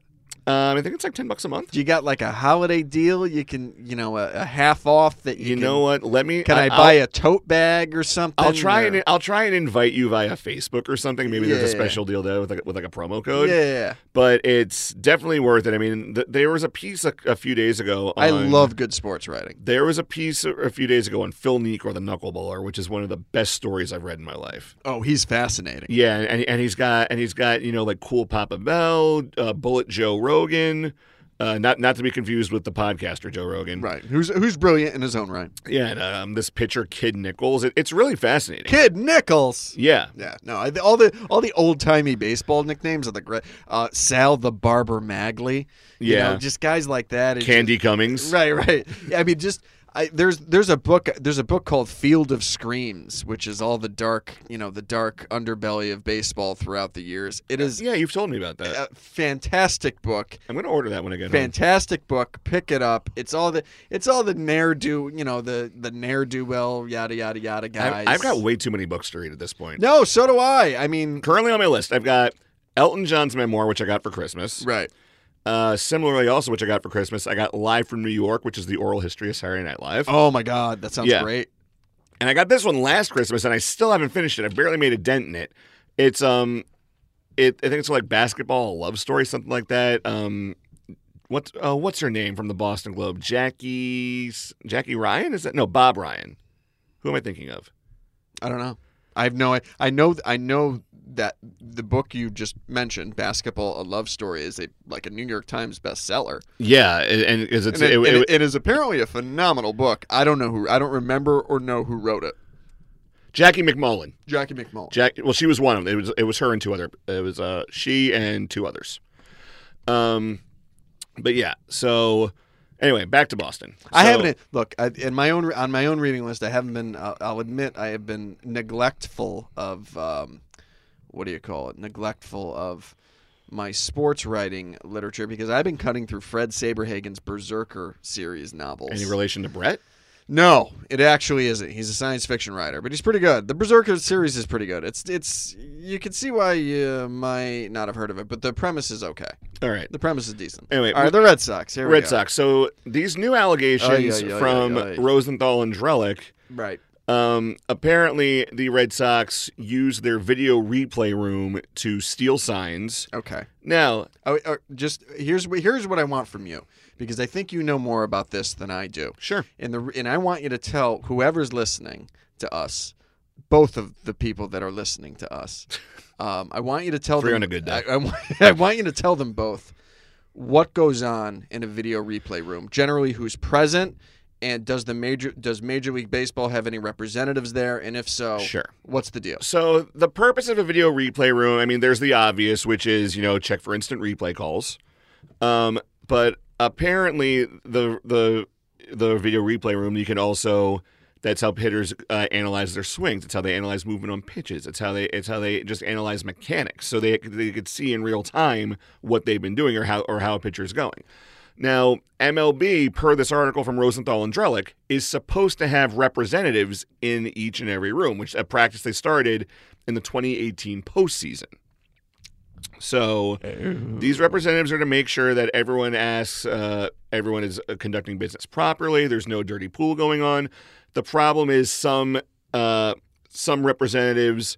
Speaker 2: Um, I think it's like 10 bucks a month.
Speaker 3: Do you got like a holiday deal? You can, you know, a, a half off that you,
Speaker 2: You
Speaker 3: can,
Speaker 2: know what? Let me
Speaker 3: Can I,
Speaker 2: I'll-
Speaker 3: buy a tote bag or something?
Speaker 2: I'll try
Speaker 3: or-
Speaker 2: and I'll try and invite you via Facebook or something. Maybe there's a
Speaker 3: Yeah.
Speaker 2: special deal there with like, with like a promo
Speaker 3: Yeah,
Speaker 2: code.
Speaker 3: yeah, yeah.
Speaker 2: But it's definitely worth it. I mean, th- there was a piece a, a few days ago. On,
Speaker 3: I love good sports writing.
Speaker 2: There was a piece a, a few days ago on Phil Neek or the Knuckleballer, which is one of the best stories I've read in my life.
Speaker 3: Oh, he's fascinating.
Speaker 2: Yeah, and and he's got and he's got you know like cool Papa Bell, uh, Bullet Joe Rogan. Uh, not not to be confused with the podcaster Joe Rogan.
Speaker 3: Right. Who's who's brilliant in his own right?
Speaker 2: Yeah, and um, this pitcher Kid Nichols. It, it's really fascinating.
Speaker 3: Kid Nichols.
Speaker 2: yeah.
Speaker 3: Yeah, no, I, all the all the old timey baseball nicknames are the great. Uh, Sal the Barber Magley, you
Speaker 2: Yeah.
Speaker 3: know, just guys like that. It's
Speaker 2: Candy Cummings.
Speaker 3: just- right, right. Yeah, I mean, just I, there's there's a book there's a book called Field of Screams, which is all the dark you know the dark underbelly of baseball throughout the years. It is
Speaker 2: Yeah, you've told me about that.
Speaker 3: a fantastic book.
Speaker 2: I'm gonna order that when I get home.
Speaker 3: Uh, Fantastic book. Pick it up. It's all the it's all the ne'er do you know the the ne'er do well yada yada yada guys.
Speaker 2: I've, I've got way too many books to read at this point.
Speaker 3: no. So do I. I mean,
Speaker 2: Currently on my list, I've got Elton John's memoir, which I got for Christmas.
Speaker 3: right.
Speaker 2: Uh, similarly, also which I got for Christmas, I got Live from New York, which is the oral history of Saturday Night Live,
Speaker 3: Oh my God, that sounds
Speaker 2: Yeah.
Speaker 3: great.
Speaker 2: and I got this one last Christmas, and I still haven't finished it. I barely made a dent in it. It's um, it I think it's like basketball, a love story, something like that. Um, what's uh, what's her name from the Boston Globe? Jackie Jackie Ryan is that? No, Bob Ryan. Who am I thinking of?
Speaker 3: I don't know. I have no. I know. I know that the book you just mentioned, "Basketball: A Love Story," is a like a New York Times bestseller,
Speaker 2: Yeah, and, and is
Speaker 3: and it, and it- it is apparently a phenomenal book. I don't know who. I don't remember or know who wrote it.
Speaker 2: Jackie McMullen.
Speaker 3: Jackie McMullen.
Speaker 2: Jack. Well, she was one of them. It was it was her and two other. It was uh she and two others. Um, but yeah. So Anyway, back to Boston.
Speaker 3: I
Speaker 2: So-
Speaker 3: haven't e, look I, in my own on my own reading list. I haven't been. I'll, I'll admit I have been neglectful of um, what do you call it? Neglectful of my sports writing literature because I've been cutting through Fred Saberhagen's Berserker series novels.
Speaker 2: Any relation to Brett?
Speaker 3: No, it actually isn't. He's a science fiction writer, but he's pretty good. The Berserker series is pretty good. It's it's you can see why you might not have heard of it, but the premise is okay.
Speaker 2: All right.
Speaker 3: The premise is decent.
Speaker 2: Anyway,
Speaker 3: All right, the Red Sox. Here we
Speaker 2: Red
Speaker 3: go.
Speaker 2: Sox. So these new allegations
Speaker 3: Ay, ay, ay,
Speaker 2: from
Speaker 3: ay, ay.
Speaker 2: Rosenthal and Drellick.
Speaker 3: Right.
Speaker 2: Um, apparently, the Red Sox used their video replay room to steal signs.
Speaker 3: Okay.
Speaker 2: Now,
Speaker 3: Oh, oh, just here's what here's what I want from you because I think you know more about this than I do.
Speaker 2: sure,
Speaker 3: And the and I want you to tell whoever's listening to us, both of the people that are listening to us, um, I want you to tell
Speaker 2: Three on
Speaker 3: them
Speaker 2: a good day.
Speaker 3: I, I want- I want you to tell them both what goes on in a video replay room. Generally, who's present, and does the major does Major League Baseball have any representatives there? And if so,
Speaker 2: sure.
Speaker 3: what's the deal?
Speaker 2: So the purpose of a video replay room, I mean, there's the obvious, which is you know check for instant replay calls. Um, but apparently, the the the video replay room, you can also that's how hitters uh, analyze their swings. It's how they analyze movement on pitches. It's how they it's how they just analyze mechanics, so they they could see in real time what they've been doing or how or how a pitcher's going. Now, MLB, per this article from Rosenthal and Drellick, is supposed to have representatives in each and every room, which a practice they started in the 2018 postseason. So these representatives are to make sure that everyone asks, uh, everyone is uh, conducting business properly. There's no dirty pool going on. The problem is some uh, some representatives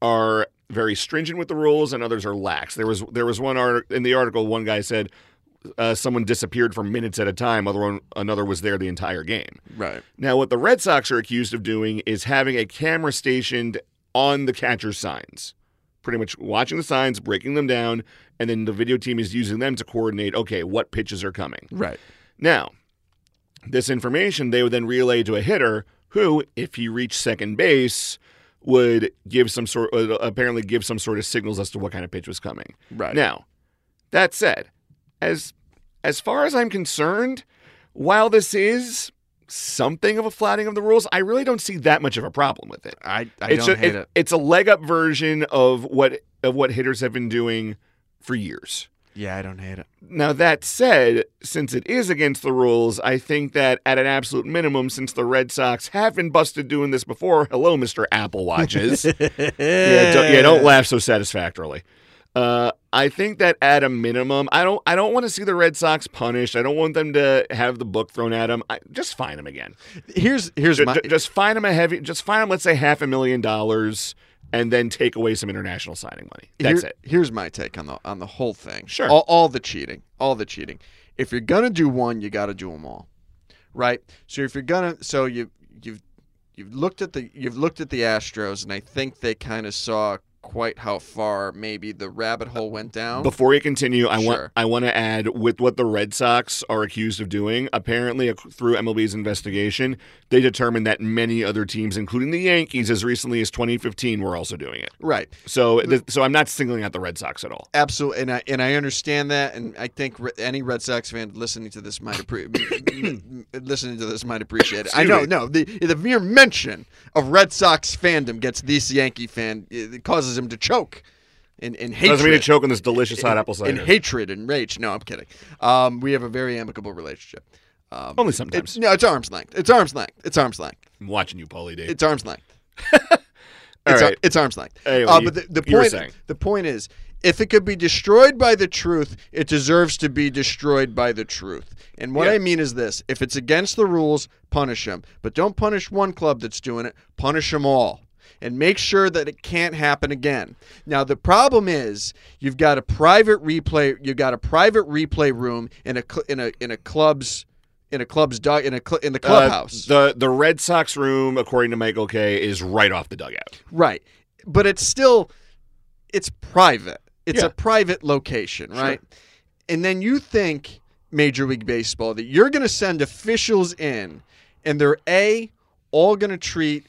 Speaker 2: are very stringent with the rules, and others are lax. There was there was one art in the article. One guy said uh, someone disappeared for minutes at a time. Other one, another was there the entire game.
Speaker 3: Right.
Speaker 2: Now, what the Red Sox are accused of doing is having a camera stationed on the catcher's signs, pretty much watching the signs, breaking them down, and then the video team is using them to coordinate. Okay, what pitches are coming?
Speaker 3: Right.
Speaker 2: Now, this information they would then relay to a hitter who, if he reached second base, would give some sort, would apparently give some sort of signals as to what kind of pitch was coming.
Speaker 3: Right.
Speaker 2: Now, that said, as as far as I'm concerned, while this is something of a flattening of the rules, I really don't see that much of a problem with it.
Speaker 3: I, I
Speaker 2: it's
Speaker 3: don't
Speaker 2: a,
Speaker 3: hate it.
Speaker 2: It's a leg up version of what of what hitters have been doing for years.
Speaker 3: Yeah, I don't hate it.
Speaker 2: Now, that said, since it is against the rules, I think that at an absolute minimum, since the Red Sox have been busted doing this before, hello, Mr. Apple Watches. yeah, don't, yeah, don't laugh so satisfactorily. Uh, I think that at a minimum, I don't, I don't want to see the Red Sox punished. I don't want them to have the book thrown at them. I, just fine them again.
Speaker 3: Here's here's
Speaker 2: Ju-
Speaker 3: my
Speaker 2: ju- just fine them a heavy. Just fine them. Let's say half a million dollars, and then take away some international signing money. That's
Speaker 3: Here-
Speaker 2: it.
Speaker 3: Here's my take on the on the whole thing.
Speaker 2: Sure.
Speaker 3: All, all the cheating, all the cheating. If you're gonna do one, you got to do them all, right? So if you're gonna, so you you've you've looked at the you've looked at the Astros, and I think they kind of saw quite how far maybe the rabbit hole went down.
Speaker 2: Before you continue, I want
Speaker 3: Sure.
Speaker 2: I want to add with what the Red Sox are accused of doing. Apparently, ac- through MLB's investigation, they determined that many other teams, including the Yankees, as recently as 2015, were also doing it.
Speaker 3: right.
Speaker 2: So, th- so I'm not singling out the Red Sox at all.
Speaker 3: Absolutely, and I and I understand that, and I think re- any Red Sox fan listening to this might appreciate. listening to this might appreciate it. I
Speaker 2: Excuse
Speaker 3: know,
Speaker 2: me.
Speaker 3: no, the the mere mention of Red Sox fandom gets this Yankee fan. It causes him to choke, in in hatred.
Speaker 2: Doesn't mean to choke on this delicious hot
Speaker 3: in-
Speaker 2: apple cider.
Speaker 3: in hatred and rage. No, I'm kidding. Um, we have a very amicable relationship. Um,
Speaker 2: Only
Speaker 3: it's,
Speaker 2: sometimes.
Speaker 3: no, it's arm's length. It's arm's length. It's arm's length.
Speaker 2: I'm watching you, Paulie Dave.
Speaker 3: It's arm's length.
Speaker 2: All
Speaker 3: it's, ar-
Speaker 2: right.
Speaker 3: it's arm's length.
Speaker 2: Anyway,
Speaker 3: uh,
Speaker 2: you-
Speaker 3: but the, the
Speaker 2: you were
Speaker 3: point
Speaker 2: saying.
Speaker 3: the point is, if it could be destroyed by the truth, it deserves to be destroyed by the truth. And what
Speaker 2: Yeah.
Speaker 3: I mean is this: if it's against the rules, punish them. But don't punish one club that's doing it. Punish them all. And make sure that it can't happen again. Now the problem is you've got a private replay. You've got a private replay room in a cl- in a in a club's in a club's dog in a cl- in the
Speaker 2: Uh,
Speaker 3: clubhouse.
Speaker 2: the the Red Sox room, according to Michael Kay, is right off the dugout.
Speaker 3: Right. But it's still it's private. It's
Speaker 2: Yeah.
Speaker 3: a private location,
Speaker 2: Sure.
Speaker 3: right? And then you think Major League Baseball that you're going to send officials in and they're a all going to treat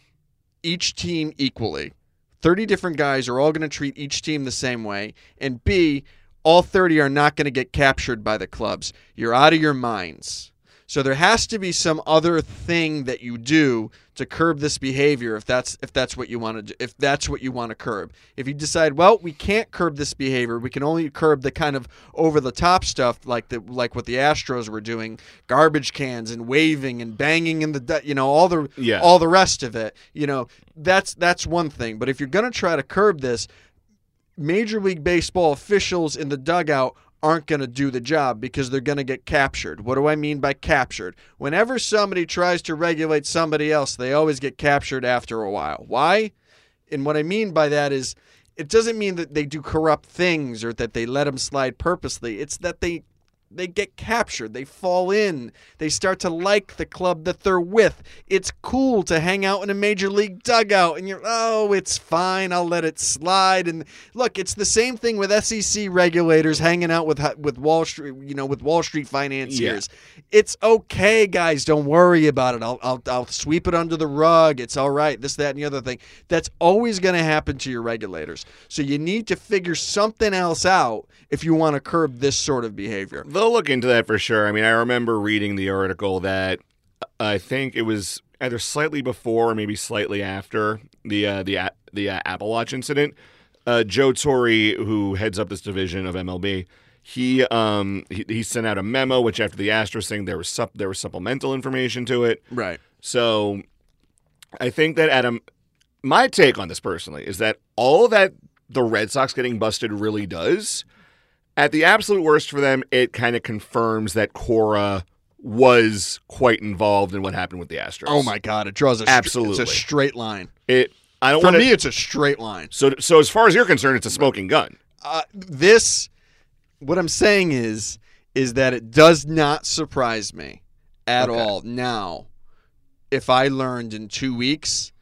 Speaker 3: each team equally. 30 different guys are all going to treat each team the same way and B all 30 are not going to get captured by the clubs. You're out of your minds. So there has to be some other thing that you do to curb this behavior if that's if that's what you want to if that's what you want to curb. If you decide, well, we can't curb this behavior, we can only curb the kind of over the top stuff like the like what the Astros were doing, garbage cans and waving and banging in the du- you know all the
Speaker 2: Yeah.
Speaker 3: all the rest of it. You know, that's that's one thing, but if you're going to try to curb this, Major League Baseball officials in the dugout aren't going to do the job because they're going to get captured. What do I mean by captured? Whenever somebody tries to regulate somebody else, they always get captured after a while. Why? And what I mean by that is it doesn't mean that they do corrupt things or that they let them slide purposely. It's that they they get captured, they fall in, they start to like the club that they're with. It's cool to hang out in a major league dugout and you're, "Oh, it's fine. I'll let it slide." And look, it's the same thing with SEC regulators hanging out with with Wall Street, you know, with Wall Street financiers. It's okay, guys. Don't worry about it. I'll I'll I'll sweep it under the rug. It's all right. This that and the other thing. That's always going to happen to your regulators. So you need to figure something else out if you want to curb this sort of behavior.
Speaker 2: They'll look into that for sure. I mean, I remember reading the article that I think it was either slightly before or maybe slightly after the uh, the A- the uh, Apple Watch incident. Uh, Joe Torre, who heads up this division of MLB, he um he, he sent out a memo, which after the Astros thing, there was sup- there was supplemental information to it.
Speaker 3: Right.
Speaker 2: So I think that Adam, my take on this personally is that all that the Red Sox getting busted really does, at the absolute worst for them, it kind of confirms that Cora was quite involved in what happened with the Astros.
Speaker 3: Oh my God! It draws a str-
Speaker 2: Absolutely.
Speaker 3: it's a straight line.
Speaker 2: It. I don't
Speaker 3: For
Speaker 2: want
Speaker 3: me,
Speaker 2: to.
Speaker 3: it's a straight line.
Speaker 2: So so as far as you're concerned, it's a smoking gun.
Speaker 3: uh, this what I'm saying is is that it does not surprise me at
Speaker 2: Okay.
Speaker 3: all now if I learned in two weeks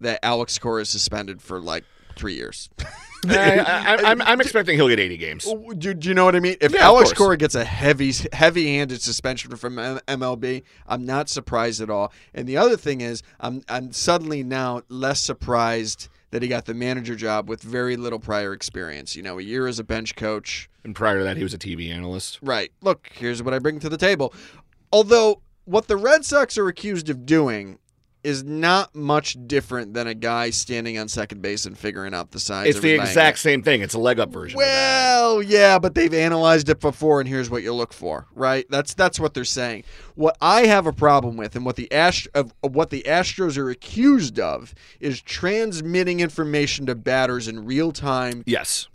Speaker 3: that Alex Cora is suspended for like three years.
Speaker 2: I, am I'm expecting he'll get 80 games.
Speaker 3: Oh, Do, do you know what I mean? If
Speaker 2: Yeah, of
Speaker 3: Alex
Speaker 2: course.
Speaker 3: Cora gets a heavy, heavy-handed suspension from M- MLB, I'm not surprised at all. And the other thing is, I'm I'm suddenly now less surprised that he got the manager job with very little prior experience. You know, a year as a bench coach,
Speaker 2: And prior to that, he was a TV analyst.
Speaker 3: Right. Look, here's what I bring to the table. Although what the Red Sox are accused of doing is not much different than a guy standing on second base and figuring out the size.
Speaker 2: It's
Speaker 3: of
Speaker 2: the
Speaker 3: his leg.
Speaker 2: exact same thing. It's a leg up version. of that.
Speaker 3: Well, yeah, but they've analyzed it before, and here's what you look for, right? That's that's what they're saying. What I have a problem with, and what the Ast- of of what the Astros are accused of, is transmitting information to batters in real time
Speaker 2: Yes.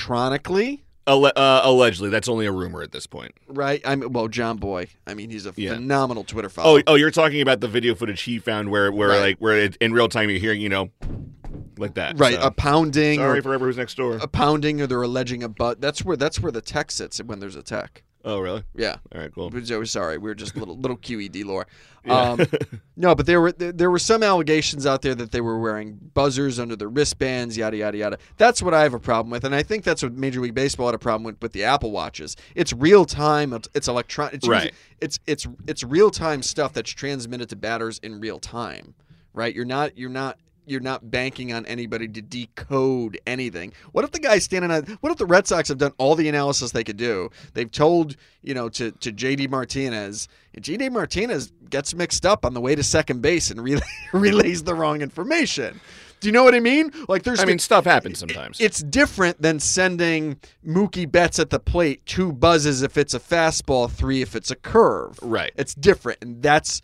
Speaker 3: electronically.
Speaker 2: Alle- uh, allegedly, that's only a rumor at this point.
Speaker 3: right? I mean, well, John Boy. I mean, he's a
Speaker 2: Yeah.
Speaker 3: phenomenal Twitter follower.
Speaker 2: Oh, oh, you're talking about the video footage he found where, where
Speaker 3: Right.
Speaker 2: like, where it, in real time you're hearing, you know, like that.
Speaker 3: right,
Speaker 2: So,
Speaker 3: a pounding
Speaker 2: sorry
Speaker 3: or
Speaker 2: for who's next door.
Speaker 3: a pounding, or they're alleging a butt. That's where that's where the tech sits when there's a tech.
Speaker 2: oh, really?
Speaker 3: Yeah.
Speaker 2: All right, cool.
Speaker 3: But, so- sorry, we were just little little QED lore.
Speaker 2: Yeah.
Speaker 3: Um, no, but there were there, there were some allegations out there that they were wearing buzzers under their wristbands, yada yada yada. That's what I have a problem with, and I think that's what Major League Baseball had a problem with with the Apple Watches. It's real time. It's, it's electronic. It's,
Speaker 2: Right.
Speaker 3: It's it's it's real time stuff that's transmitted to batters in real time. Right. You're not you're not you're not banking on anybody to decode anything. What if the guy standing on? What if the Red Sox have done all the analysis they could do? They've told you know to to JD Martinez. And JD Martinez gets mixed up on the way to second base and relay, relays the wrong information. Do you know what I mean? Like there's
Speaker 2: I mean, stuff happens sometimes.
Speaker 3: it's different than sending Mookie Betts at the plate two buzzes if it's a fastball, three if it's a curve.
Speaker 2: Right.
Speaker 3: It's different, and that's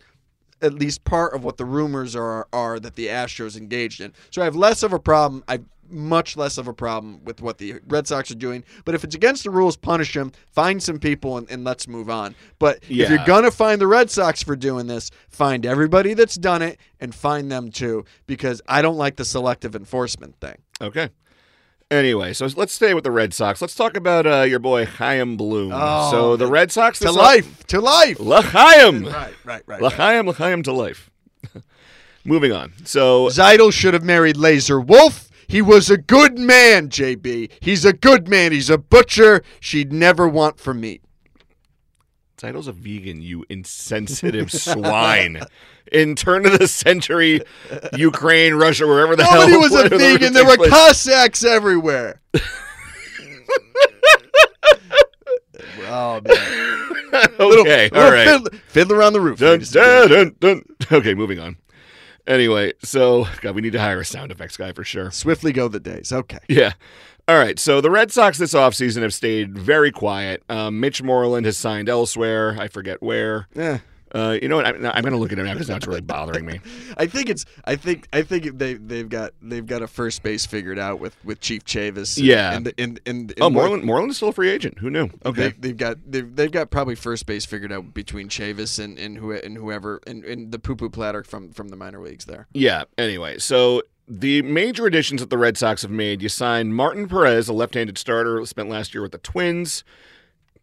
Speaker 3: at least part of what the rumors are are that the Astros engaged in. So I have less of a problem. I have much less of a problem with what the Red Sox are doing. But if it's against the rules, punish them. Find some people and, and let's move on. But if you're
Speaker 2: Yeah.
Speaker 3: gonna find the Red Sox for doing this, find everybody that's done it and find them too, because I don't like the selective enforcement thing.
Speaker 2: Okay. Anyway, so let's stay with the Red Sox. Let's talk about uh, your boy Chaim Bloom.
Speaker 3: Oh,
Speaker 2: so the Red Sox
Speaker 3: to life, to life.
Speaker 2: L'chaim,
Speaker 3: Right, right, right.
Speaker 2: l'chaim, l'chaim to life. Moving on. So
Speaker 3: Zeidel should have married Laser Wolf. He was a good man, JB. He's a good man. He's a butcher. She'd never want for meat.
Speaker 2: Title's a vegan, you insensitive swine. In turn of the century, Ukraine, Russia, wherever the
Speaker 3: Nobody
Speaker 2: hell
Speaker 3: was a
Speaker 2: whatever the
Speaker 3: vegan.
Speaker 2: takes
Speaker 3: There were
Speaker 2: place.
Speaker 3: Cossacks everywhere. oh man.
Speaker 2: Okay, all right.
Speaker 3: fiddler, fiddler on the roof.
Speaker 2: Dun,
Speaker 3: Ladies and
Speaker 2: dun,
Speaker 3: gentlemen.
Speaker 2: dun, dun. Okay, moving on. Anyway, so God, we need to hire a sound effects guy for sure.
Speaker 3: Swiftly go the days. Okay.
Speaker 2: Yeah. All right. So the Red Sox this offseason have stayed very quiet. Um, Mitch Moreland has signed elsewhere. I forget where.
Speaker 3: Yeah.
Speaker 2: Uh, you know what? I'm, I'm going to look at him now because now it's really bothering me.
Speaker 3: I think it's. I think. I think they they've got they've got a first base figured out with with Chief Chavis.
Speaker 2: Yeah.
Speaker 3: And and and, and
Speaker 2: Oh, Moreland, Moreland is still a free agent. Who knew? Okay.
Speaker 3: They, have got they've, they've got probably first base figured out between Chavis and and, who, and whoever and, and the poo poo platter from from the minor leagues there.
Speaker 2: Yeah. Anyway, so the major additions that the Red Sox have made you signed Martin Perez, a left handed starter, spent last year with the Twins.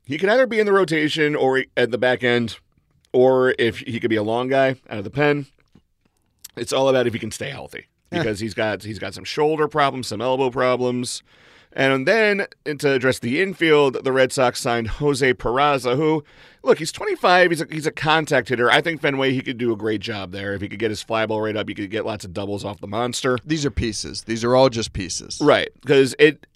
Speaker 2: He can either be in the rotation or he- at the back end, or if he could be a long guy out of the pen. It's all about if he can stay healthy because he's got he's got some shoulder problems, some elbow problems. And then and to address the infield, the Red Sox signed Jose Peraza, who, look, he's 25. He's a, he's a contact hitter. I think Fenway, he could do a great job there. If he could get his fly ball right up, he could get lots of doubles off the monster.
Speaker 3: These are pieces. These are all just pieces.
Speaker 2: Right, because it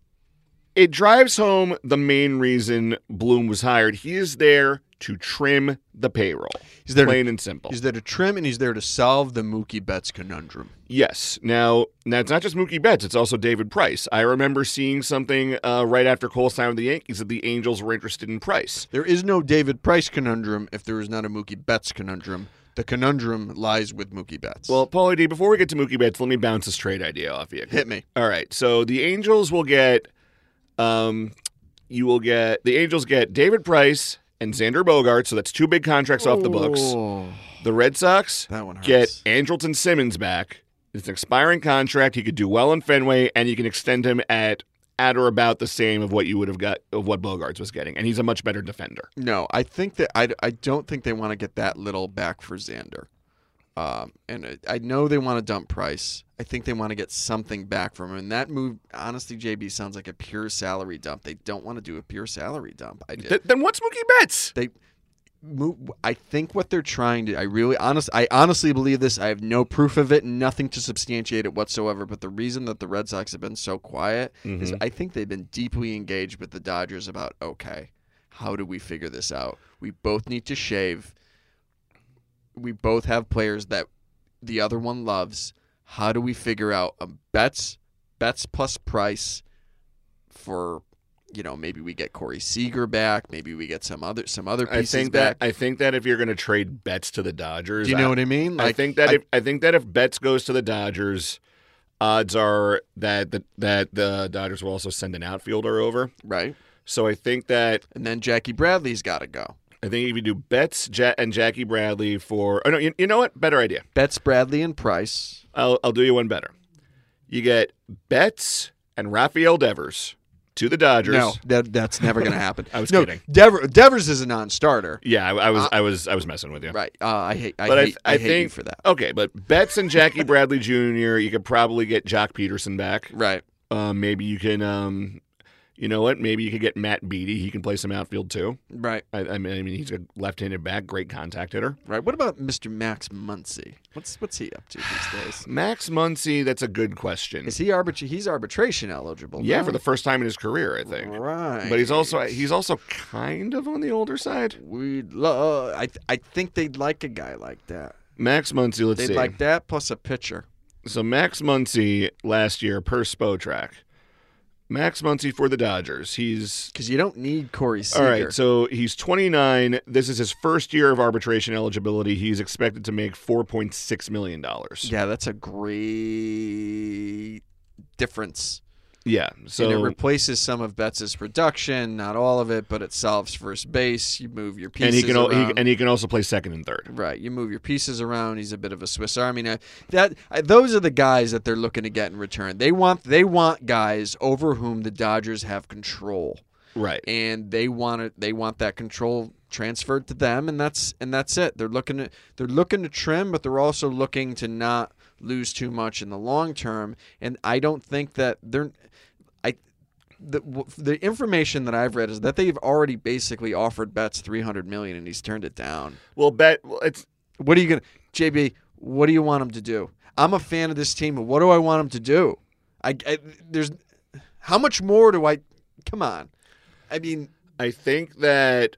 Speaker 2: it drives home the main reason Bloom was hired. He is there to trim the payroll.
Speaker 3: He's there to-
Speaker 2: plain and simple.
Speaker 3: He's there to trim and he's there to solve the Mookie Betts conundrum.
Speaker 2: Yes. Now, now it's not just Mookie Betts; it's also David Price. I remember seeing something uh, right after Cole signed with the Yankees that the Angels were interested in Price.
Speaker 3: There is no David Price conundrum if there is not a Mookie Betts conundrum. The conundrum lies with Mookie Betts.
Speaker 2: Well, Paulie D, before we get to Mookie Betts, let me bounce this trade idea off you.
Speaker 3: hit me.
Speaker 2: All right. So the Angels will get, um, you will get the Angels get David Price and Xander Bogart. So that's two big contracts off the books.
Speaker 3: Oh,
Speaker 2: The Red Sox
Speaker 3: that one hurts.
Speaker 2: get Andrelton Simmons back. It's an expiring contract. He could do well in Fenway, and you can extend him at at or about the same of what you would have got of what Bogarts was getting, and he's a much better defender.
Speaker 3: No, I think that I, I don't think they want to get that little back for Xander. Um, and I, I know they want to dump Price. I think they want to get something back from him. And that move, honestly, JB sounds like a pure salary dump. They don't want to do a pure salary dump. I
Speaker 2: Th- then what's Mookie Betts?
Speaker 3: they move i think what they're trying to i really honest i honestly believe this i have no proof of it nothing to substantiate it whatsoever but the reason that the red sox have been so quiet is
Speaker 2: Mm-hmm.
Speaker 3: i think they've been deeply engaged with the dodgers about okay how do we figure this out we both need to shave we both have players that the other one loves how do we figure out a bets bets plus price for you know maybe we get Corey Seager back, maybe we get some other some other
Speaker 2: I
Speaker 3: pieces
Speaker 2: think
Speaker 3: back.
Speaker 2: that I think that if you're going to trade Betts to the Dodgers,
Speaker 3: Do you know what I mean?
Speaker 2: I think that if I think that if Betts goes to the Dodgers, odds are that the, that the Dodgers will also send an outfielder over.
Speaker 3: right,
Speaker 2: So I think that
Speaker 3: and then Jackie Bradley's got to go.
Speaker 2: I think if you do Betts ja- and Jackie Bradley for oh no, you, you know what? Better idea.
Speaker 3: Betts, Bradley, and Price.
Speaker 2: I'll I'll do you one better. You get Betts and Rafael Devers to the Dodgers.
Speaker 3: No, that that's never going to happen.
Speaker 2: I was
Speaker 3: no,
Speaker 2: kidding.
Speaker 3: Dever, Devers is a non-starter,
Speaker 2: Yeah, I, I was
Speaker 3: Uh,
Speaker 2: I was I was messing with you.
Speaker 3: right? Uh, I hate. I
Speaker 2: But I-
Speaker 3: hate,
Speaker 2: I
Speaker 3: hate you
Speaker 2: think-
Speaker 3: for that.
Speaker 2: Okay, but Betts and Jackie Bradley Jr. You could probably get Jock Peterson back.
Speaker 3: Right.
Speaker 2: Uh, maybe you can. Um, you know what? Maybe you could get Matt Beattie. He can play some outfield too.
Speaker 3: Right,
Speaker 2: I, I mean, I mean, he's a left-handed back, great contact hitter.
Speaker 3: right. What about Mr. Max Muncy? What's what's he up to these days?
Speaker 2: Max Muncy, that's a good question.
Speaker 3: Is he arbitra- He's arbitration eligible.
Speaker 2: Yeah,
Speaker 3: no?
Speaker 2: for the first time in his career, I think.
Speaker 3: right.
Speaker 2: But he's also he's also kind of on the older side.
Speaker 3: We'd lo- I I think they'd like a guy like that.
Speaker 2: Max Muncy, let's
Speaker 3: They'd
Speaker 2: see.
Speaker 3: like that plus a pitcher.
Speaker 2: So Max Muncy last year per Spotrack. Max Muncy for the Dodgers. He's
Speaker 3: Because you don't need Corey Seager.
Speaker 2: all right. So he's 29. This is his first year of arbitration eligibility. He's expected to make 4.6 million dollars.
Speaker 3: yeah, that's a great difference.
Speaker 2: Yeah.
Speaker 3: and it
Speaker 2: So
Speaker 3: replaces some of Betts' production, not all of it, but it solves first base. You move your
Speaker 2: and
Speaker 3: pieces
Speaker 2: he can al- he,
Speaker 3: around.
Speaker 2: and he can also play second and third.
Speaker 3: Right, you move your pieces around. He's a bit of a Swiss Army knife. That I, those are the guys that they're looking to get in return. They want they want guys over whom the Dodgers have control.
Speaker 2: Right.
Speaker 3: and they want it they want that control transferred to them and that's and that's it they're looking to they're looking to trim but they're also looking to not lose too much in the long term and i don't think that they're i the, w- the information that i've read is that they've already basically offered bets 300 million and he's turned it down
Speaker 2: Well, bet well, it's
Speaker 3: what are you gonna jb what do you want him to do i'm a fan of this team but what do i want him to do i, I there's how much more do i come on i mean
Speaker 2: I think that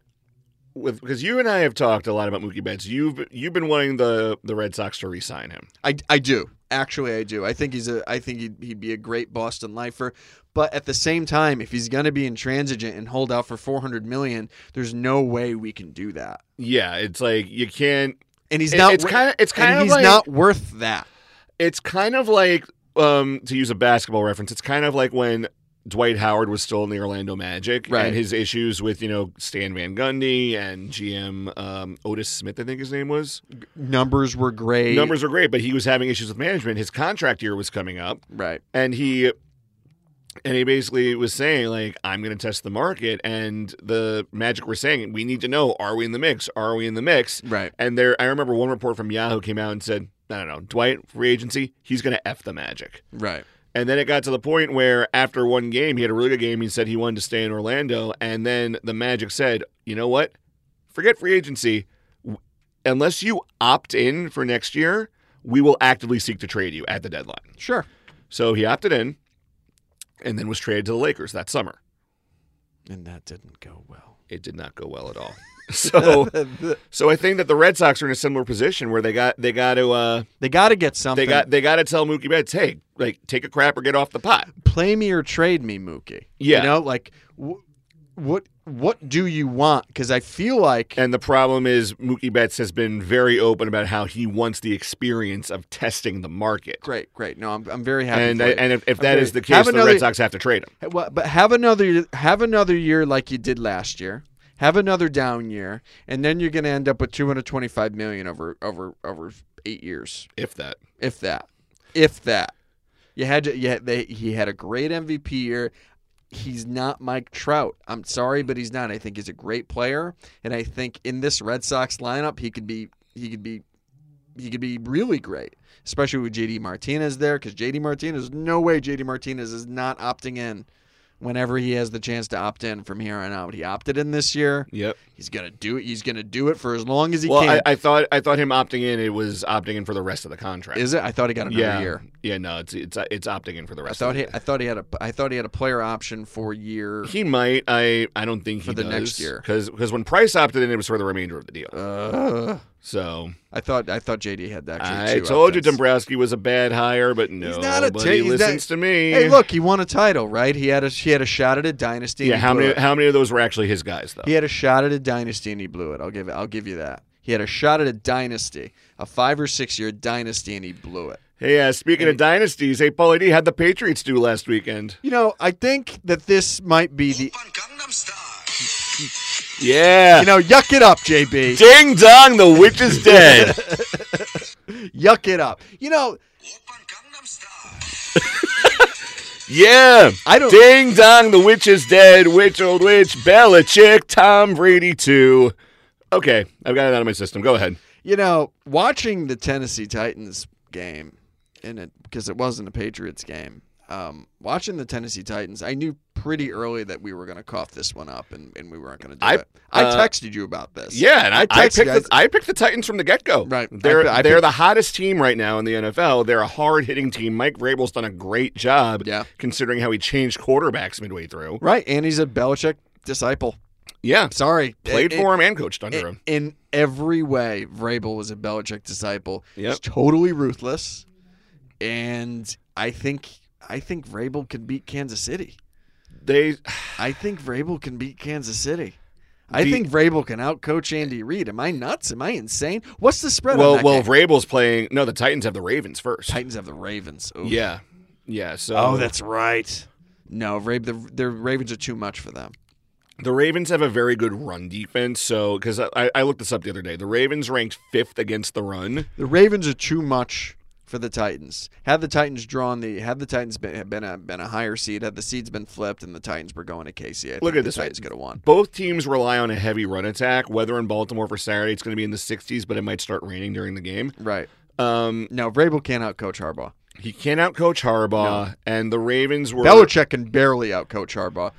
Speaker 2: with because you and I have talked a lot about Mookie Betts. You've you've been wanting the the Red Sox to re-sign him.
Speaker 3: I, I do actually I do. I think he's a I think he'd, he'd be a great Boston lifer. But at the same time, if he's going to be intransigent and hold out for 400 million, there's no way we can do that.
Speaker 2: Yeah, it's like you can't.
Speaker 3: And he's
Speaker 2: it-
Speaker 3: not
Speaker 2: it's
Speaker 3: wor-
Speaker 2: kind of it's kind
Speaker 3: and
Speaker 2: of
Speaker 3: he's
Speaker 2: like,
Speaker 3: not worth that.
Speaker 2: it's kind of like um to use a basketball reference. It's kind of like when. Dwight Howard was still in the Orlando Magic,
Speaker 3: Right.
Speaker 2: and his issues with you know Stan Van Gundy and GM um, Otis Smith, I think his name was.
Speaker 3: Numbers were great.
Speaker 2: Numbers were great, but he was having issues with management. His contract year was coming up,
Speaker 3: right.
Speaker 2: and he and he basically was saying like i'm going to test the market and the magic were saying we need to know are we in the mix are we in the mix
Speaker 3: Right.
Speaker 2: and there i remember one report from yahoo came out and said i don't know dwight free agency he's going to f the magic
Speaker 3: Right.
Speaker 2: and then it got to the point where after one game he had a really good game he said he wanted to stay in orlando and then the magic said you know what forget free agency W- unless you opt in for next year we will actively seek to trade you at the deadline
Speaker 3: Sure.
Speaker 2: so he opted in and then was traded to the Lakers that summer.
Speaker 3: And that didn't go well.
Speaker 2: It did not go well at all. So so I think that the Red Sox are in a similar position where they got they got to uh
Speaker 3: they got to get something.
Speaker 2: they got they got to tell Mookie Betts, "Hey, like take a crap or get off the pot."
Speaker 3: play me or trade me, Mookie.
Speaker 2: Yeah.
Speaker 3: You know, like wh- what what do you want? Because I feel like
Speaker 2: And the problem is Mookie Betts has been very open about how he wants the experience of testing the market.
Speaker 3: great, great. No, I'm I'm very happy.
Speaker 2: And
Speaker 3: for you.
Speaker 2: and if, if
Speaker 3: I'm
Speaker 2: that
Speaker 3: very-
Speaker 2: is the
Speaker 3: Have
Speaker 2: case, the
Speaker 3: another-
Speaker 2: Red Sox have to trade him.
Speaker 3: Ha- well, But have another have another year like you did last year. Have another down year, and then you're going to end up with 225 million over over over eight years,
Speaker 2: If that.
Speaker 3: if that, if that. You had to. Yeah, they he had a great MVP year. He's not Mike Trout. I'm sorry, but he's not. I think he's a great player, and I think in this Red Sox lineup, he could be he could be he could be really great, especially with JD Martinez there, because JD Martinez, no way JD Martinez is not opting in whenever he has the chance to opt in from here on out. He opted in this year.
Speaker 2: Yep.
Speaker 3: He's gonna do it. He's gonna do it for as long as he
Speaker 2: Well, I,
Speaker 3: can.
Speaker 2: I thought I thought him opting in it was opting in for the rest of the contract.
Speaker 3: is it? I thought he got another
Speaker 2: yeah.
Speaker 3: year.
Speaker 2: Yeah, no, it's it's it's opting in for the
Speaker 3: I
Speaker 2: rest of
Speaker 3: thought
Speaker 2: the
Speaker 3: he I thought he had a I thought he had a player option for year.
Speaker 2: He might. I I don't think
Speaker 3: For the next year.
Speaker 2: because when Price opted in, it was for the remainder of the deal.
Speaker 3: Uh,
Speaker 2: So
Speaker 3: I thought I thought JD had actually.
Speaker 2: I
Speaker 3: two
Speaker 2: told you
Speaker 3: opt-ins.
Speaker 2: Dombrowski was a bad hire, but no,
Speaker 3: not a
Speaker 2: nobody
Speaker 3: ta- he's
Speaker 2: listens to me.
Speaker 3: Hey, look, he won a title, right? He had a he had a shot at a dynasty. and
Speaker 2: Yeah,
Speaker 3: he
Speaker 2: how
Speaker 3: blew
Speaker 2: many
Speaker 3: it.
Speaker 2: how many of those were actually his guys though?
Speaker 3: He had a shot at a dynasty and he blew it. I'll give it. I'll give you that. He had a shot at a dynasty, a five or six year dynasty, and he blew it.
Speaker 2: Hey, uh, speaking of dynasties, hey, Paulie D had the Patriots do last weekend.
Speaker 3: You know, I think that this might be the.
Speaker 2: Yeah,
Speaker 3: You know, yuck it up, JB.
Speaker 2: ding dong, the witch is dead.
Speaker 3: Yuck it up. You know,
Speaker 2: yeah,
Speaker 3: I don't.
Speaker 2: ding dong, the witch is dead. Witch, old witch, Belichick, Tom Brady too. Okay, I've got it out of my system. Go ahead.
Speaker 3: You know, watching the Tennessee Titans game, in it because it wasn't a Patriots game. Um, watching the Tennessee Titans, I knew pretty early that we were going to cough this one up, and, and we weren't going to do
Speaker 2: I-
Speaker 3: it. I
Speaker 2: uh,
Speaker 3: texted you about this.
Speaker 2: Yeah, and I, I,
Speaker 3: texted
Speaker 2: picked
Speaker 3: you,
Speaker 2: the, I picked the Titans from the get go.
Speaker 3: Right.
Speaker 2: They're
Speaker 3: I- I
Speaker 2: they're
Speaker 3: picked-
Speaker 2: the hottest team right now in the NFL. They're a hard hitting team. Mike Vrabel's done a great job
Speaker 3: Yeah.
Speaker 2: considering how he changed quarterbacks midway through.
Speaker 3: Right, and he's a Belichick disciple.
Speaker 2: Yeah.
Speaker 3: Sorry,
Speaker 2: Played
Speaker 3: I-
Speaker 2: for him and coached
Speaker 3: I-
Speaker 2: under him.
Speaker 3: in every way. Vrabel was a Belichick disciple.
Speaker 2: Yep.
Speaker 3: He's totally ruthless, and I think I think Vrabel can beat Kansas City.
Speaker 2: They
Speaker 3: I think Vrabel can beat Kansas City. I
Speaker 2: The-
Speaker 3: think Vrabel can outcoach Andy Reid. Am I nuts? Am I insane? What's the spread? on
Speaker 2: well
Speaker 3: that
Speaker 2: well
Speaker 3: game?
Speaker 2: Vrabel's playing no, the Titans have the Ravens first.
Speaker 3: Titans have the Ravens. Ooh.
Speaker 2: Yeah. Yeah. So
Speaker 3: Oh, that's right. No, Ra- the, the Ravens are too much for them.
Speaker 2: the Ravens have a very good run defense. So because I, I looked this up the other day. The Ravens ranked fifth against the run.
Speaker 3: The Ravens are too much for the Titans. Had the Titans drawn the, had the Titans been had been a, been a higher seed, had the seeds been flipped, and the Titans were going to KC, I think
Speaker 2: Look at
Speaker 3: the
Speaker 2: this way.
Speaker 3: Titans could have won.
Speaker 2: Both teams rely on a heavy run attack. Weather in Baltimore for Saturday, it's going to be in the 60s, but it might start raining during the game.
Speaker 3: Right.
Speaker 2: Um,
Speaker 3: No, Vrabel can't outcoach Harbaugh.
Speaker 2: he can't outcoach Harbaugh, and the Ravens were
Speaker 3: Belichick can barely outcoach Harbaugh.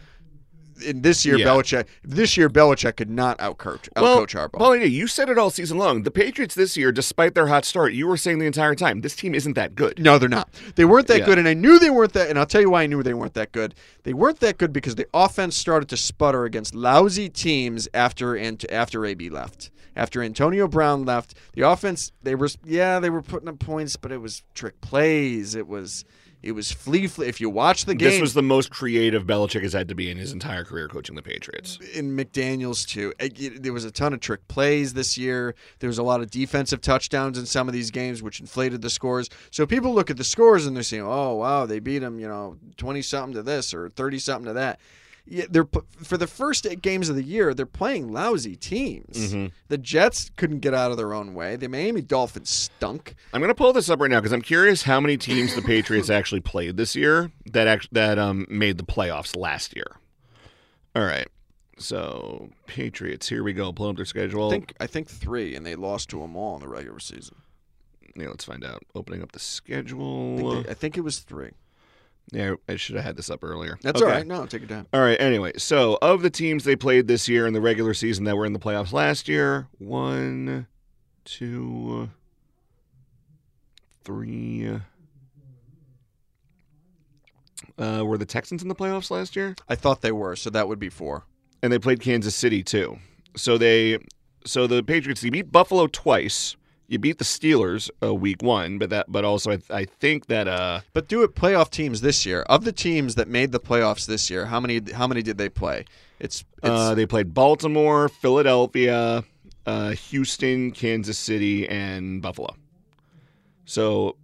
Speaker 3: in this year
Speaker 2: Yeah.
Speaker 3: Belichick this year Belichick could not outcoach
Speaker 2: Well,
Speaker 3: outcoach Harbaugh.
Speaker 2: Paulina, you said it all season long. The Patriots this year, despite their hot start, you were saying the entire time, this team isn't that good.
Speaker 3: No, they're not. They weren't that
Speaker 2: Yeah.
Speaker 3: good, and I knew they weren't that. And I'll tell you why I knew they weren't that good. They weren't that good because the offense started to sputter against lousy teams after and after AB left, after Antonio Brown left. The offense they were yeah they were putting up points, but it was trick plays. It was it was flea flea. If you watch the game,
Speaker 2: This was the most creative Belichick has had to be in his entire career coaching the Patriots.
Speaker 3: in McDaniels too. It- it- there was a ton of trick plays this year. There was a lot of defensive touchdowns in some of these games, which inflated the scores. So people look at the scores and they're saying, "Oh wow, they beat them, you know, twenty something to this or thirty something to that." Yeah, they're p- for the first eight games of the year, they're playing lousy teams. The Jets couldn't get out of their own way. The Miami Dolphins stunk.
Speaker 2: I'm gonna pull this up right now because I'm curious how many teams the Patriots actually played this year that act- that um made the playoffs last year. All right, so Patriots, here we go. Pull up their schedule.
Speaker 3: I think I think three, and they lost to them all in the regular season.
Speaker 2: yeah, let's find out. Opening up the
Speaker 3: I
Speaker 2: schedule.
Speaker 3: think, they, I think it was three.
Speaker 2: yeah, I should have had this up earlier.
Speaker 3: That's all
Speaker 2: Okay.
Speaker 3: right. No, take it down.
Speaker 2: All right. Anyway, so of the teams they played this year in the regular season that were in the playoffs last year, one, two, three. Uh, were the Texans in the playoffs last year?
Speaker 3: I thought they were, so that would be four.
Speaker 2: And they played Kansas City too. So they, so the Patriots, you beat Buffalo twice. You beat the Steelers uh, week one, but that, but also I, I think that uh,
Speaker 3: But do it playoff teams this year. Of the teams that made the playoffs this year, how many how many did they play? It's, it's
Speaker 2: uh, they played Baltimore, Philadelphia, uh, Houston, Kansas City, and Buffalo. So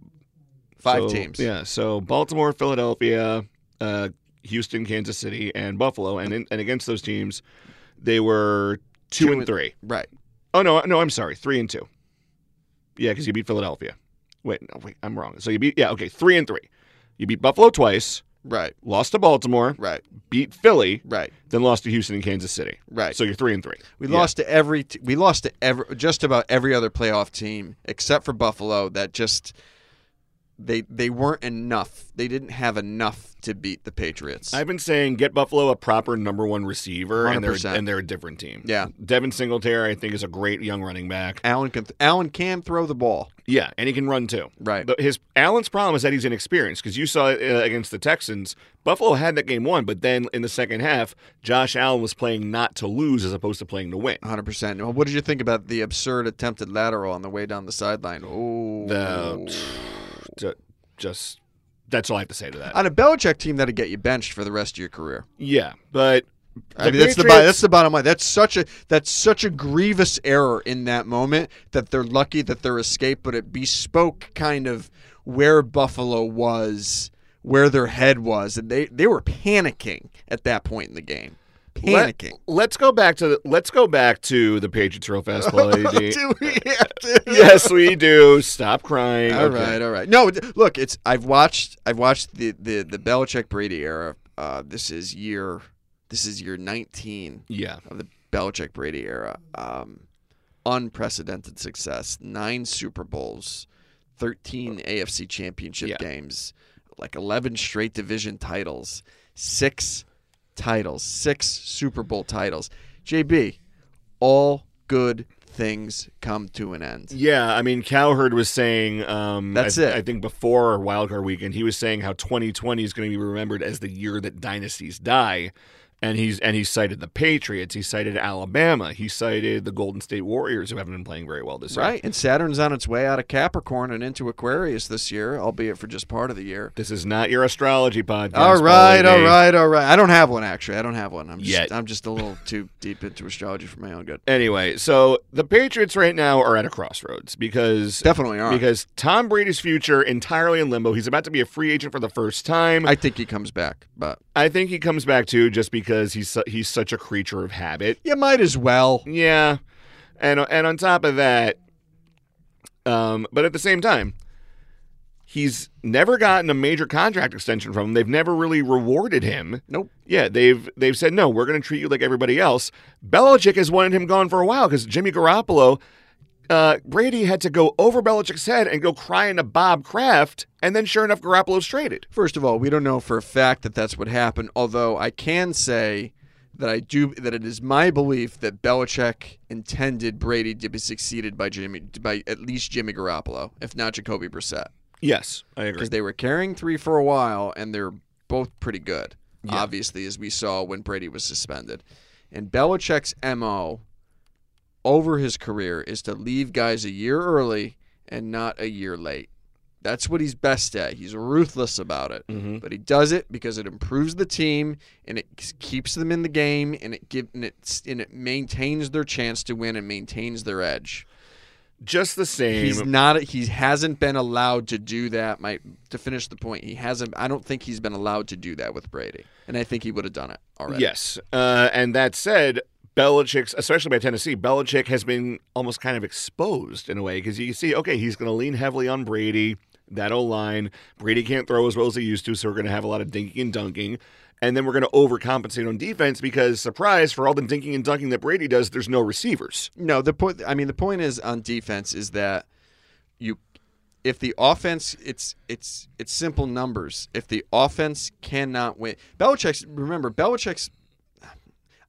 Speaker 3: five
Speaker 2: so-
Speaker 3: teams.
Speaker 2: Yeah. So Baltimore, Philadelphia, uh, Houston, Kansas City, and Buffalo, and in, and against those teams, they were two,
Speaker 3: Two
Speaker 2: and
Speaker 3: and-
Speaker 2: three.
Speaker 3: Right.
Speaker 2: Oh no, no, I'm sorry, three and two. Yeah, because you beat Philadelphia. Wait, no, wait, I'm wrong. So you beat yeah, okay, three and three. You beat Buffalo twice,
Speaker 3: Right.
Speaker 2: lost to Baltimore,
Speaker 3: Right.
Speaker 2: beat Philly,
Speaker 3: Right.
Speaker 2: then lost to Houston and Kansas City.
Speaker 3: Right.
Speaker 2: So you're three and three.
Speaker 3: we
Speaker 2: Yeah.
Speaker 3: lost to every t- we lost to every just about every other playoff team except for Buffalo that just they they weren't enough. They didn't have enough to beat the Patriots.
Speaker 2: I've been saying get Buffalo a proper number one receiver, and they're
Speaker 3: 100%.
Speaker 2: and they're a different team.
Speaker 3: Yeah.
Speaker 2: Devin Singletary, I think, is a great young running back.
Speaker 3: Allen can th- Allen can throw the ball.
Speaker 2: Yeah, and he can run too.
Speaker 3: Right.
Speaker 2: The- his Allen's problem is that he's inexperienced because you saw it uh, against the Texans. Buffalo had that game won, but then in the second half, Josh Allen was playing not to lose as opposed to playing to win.
Speaker 3: 100%. Well, What did you think about the absurd attempted lateral on the way down the sideline? Oh.
Speaker 2: The- Ju- Just that's all I have to say to that.
Speaker 3: on a Belichick team that'd get you benched for the rest of your career.
Speaker 2: yeah, but
Speaker 3: I mean, that's the bo-
Speaker 2: Patriots-
Speaker 3: that's the bottom line. That's such a that's such a grievous error in that moment that they're lucky that they're escaped, but it bespoke kind of where Buffalo was, where their head was, and they they were panicking at that point in the game, panicking.
Speaker 2: Let, us go back to the, let's go back to the Patriots real fast, Paul AG.
Speaker 3: Do we have to-
Speaker 2: yes, we do. Stop crying.
Speaker 3: All
Speaker 2: Okay.
Speaker 3: right, all right. No, th- look, it's I've watched I've watched the the the Belichick Brady era. Uh, this is year this is year nineteen.
Speaker 2: Yeah.
Speaker 3: of the Belichick Brady era. Um, unprecedented success, nine Super Bowls, 13 AFC championship
Speaker 2: Yeah.
Speaker 3: games, like 11 straight division titles, six titles, six Super Bowl titles. JB, all good things come to an end.
Speaker 2: Yeah, I mean, Cowherd was saying. Um,
Speaker 3: That's
Speaker 2: I,
Speaker 3: it.
Speaker 2: I think before wildcard weekend, he was saying how 2020 is going to be remembered as the year that dynasties die, and he's and he cited the Patriots, he cited Alabama, he cited the Golden State Warriors, who haven't been playing very well this year.
Speaker 3: Right, and Saturn's on its way out of Capricorn and into Aquarius this year, albeit for just part of the year.
Speaker 2: This is not your astrology podcast.
Speaker 3: All right,
Speaker 2: Paulie
Speaker 3: all
Speaker 2: D.
Speaker 3: right, all right. I don't have one actually. I don't have one. I'm just
Speaker 2: Yet.
Speaker 3: I'm just a little too deep into astrology for my own good.
Speaker 2: Anyway, so the Patriots right now are at a crossroads because
Speaker 3: Definitely are.
Speaker 2: because Tom Brady's future entirely in limbo. He's about to be a free agent for the first time.
Speaker 3: I think he comes back, but
Speaker 2: I think he comes back too, just because he's su- he's such a creature of habit.
Speaker 3: you might as well.
Speaker 2: Yeah, and and on top of that, um, but at the same time, he's never gotten a major contract extension from him. They've never really rewarded him.
Speaker 3: Nope.
Speaker 2: Yeah, they've they've said no. We're going to treat you like everybody else. Belichick has wanted him gone for a while because Jimmy Garoppolo. Uh, Brady had to go over Belichick's head and go crying to Bob Kraft, and then sure enough, Garoppolo's traded.
Speaker 3: First of all, we don't know for a fact that that's what happened. Although I can say that I do that it is my belief that Belichick intended Brady to be succeeded by Jimmy by at least Jimmy Garoppolo, if not Jacoby Brissett,
Speaker 2: Yes, I agree.
Speaker 3: because they were carrying three for a while and they're both pretty good.
Speaker 2: Yeah.
Speaker 3: Obviously, as we saw when Brady was suspended, and Belichick's mo over his career is to leave guys a year early and not a year late. That's what he's best at. He's ruthless about it
Speaker 2: Mm-hmm.
Speaker 3: but he does it because it improves the team and it k- keeps them in the game and it give and it s- and it maintains their chance to win and maintains their edge.
Speaker 2: Just the same.
Speaker 3: He's not he hasn't been allowed to do that. My to finish the point, he hasn't. I don't think he's been allowed to do that with Brady, and I think he would have done it already.
Speaker 2: Yes. Uh, and that said, Belichick's, especially by Tennessee, Belichick has been almost kind of exposed in a way because you see, okay, he's going to lean heavily on Brady, that O line. Brady can't throw as well as he used to, so we're going to have a lot of dinking and dunking. And then we're going to overcompensate on defense because, surprise, for all the dinking and dunking that Brady does, there's no receivers.
Speaker 3: No, the point. I mean, the point is on defense is that you, if the offense, it's it's it's simple numbers. If the offense cannot win, Belichick's. Remember, Belichick's.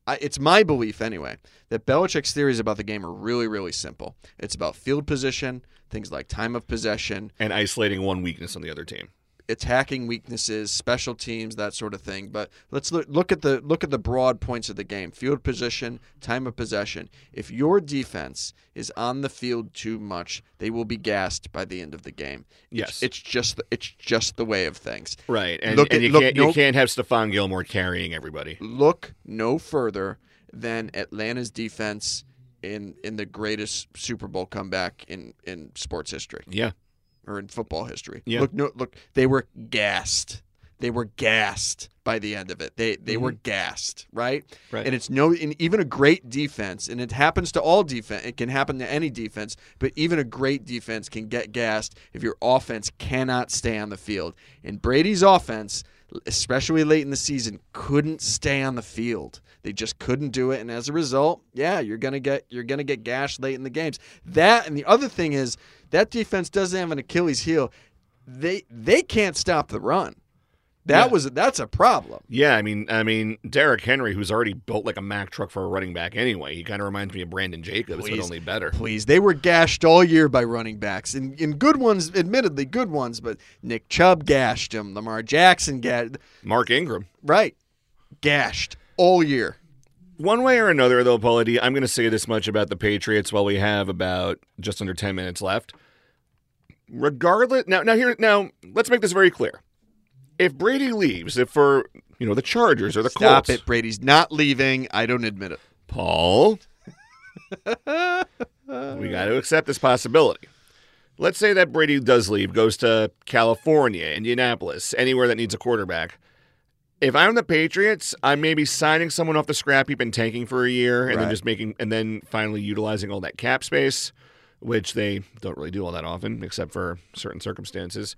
Speaker 3: I, it's my belief anyway that Belichick's theories about the game are really really simple. It's about field position, things like time of possession,
Speaker 2: And isolating one weakness on the other team.
Speaker 3: attacking weaknesses, special teams, that sort of thing. But let's look, look at the look at the broad points of the game: field position, time of possession. If your defense is on the field too much, they will be gassed by the end of the game.
Speaker 2: Yes.
Speaker 3: it's just it's just the way of things.
Speaker 2: Right. And,
Speaker 3: Look
Speaker 2: and
Speaker 3: at-
Speaker 2: you,
Speaker 3: look,
Speaker 2: can't, you
Speaker 3: no-
Speaker 2: can't have Stephon Gilmore carrying everybody.
Speaker 3: Look no further than Atlanta's defense in in the greatest Super Bowl comeback in in sports history.
Speaker 2: Yeah.
Speaker 3: or in football history.
Speaker 2: Yeah.
Speaker 3: Look, no, look, they were gassed. They were gassed by the end of it. They they were gassed, right?
Speaker 2: Mm-hmm. Right.
Speaker 3: And it's no, and even a great defense, and it happens to all defense. It can happen to any defense, but even a great defense can get gassed if your offense cannot stay on the field. And Brady's offense, especially late in the season, couldn't stay on the field. They just couldn't do it, and as a result, yeah, you're gonna get you're gonna get gashed late in the games. That and the other thing is that defense doesn't have an Achilles heel. They they can't stop the run. That
Speaker 2: Yeah.
Speaker 3: was that's a problem.
Speaker 2: Yeah, I mean, I mean, Derrick Henry, who's already built like a Mack truck for a running back anyway, he kind of reminds me of Brandon Jacobs, but
Speaker 3: Please.
Speaker 2: only better.
Speaker 3: Please, they were gashed all year by running backs, and, and good ones, admittedly good ones. But Nick Chubb gashed him. Lamar Jackson gashed.
Speaker 2: Mark Ingram.
Speaker 3: Right, gashed all year.
Speaker 2: One way or another, though, Paulie D, I'm going to say this much about the Patriots while we have about just under 10 minutes left. Regardless, now, now here, now, let's make this very clear. If Brady leaves, if for you know the Chargers or the
Speaker 3: Stop
Speaker 2: Colts,
Speaker 3: it, Brady's not leaving. I don't admit it.
Speaker 2: Paul, we got to accept this possibility. Let's say that Brady does leave, goes to California, Indianapolis, anywhere that needs a quarterback. If I'm the Patriots, I'm maybe signing someone off the scrap heap and tanking for a year, and then
Speaker 3: Right.
Speaker 2: just making, and then finally utilizing all that cap space, which they don't really do all that often, except for certain circumstances.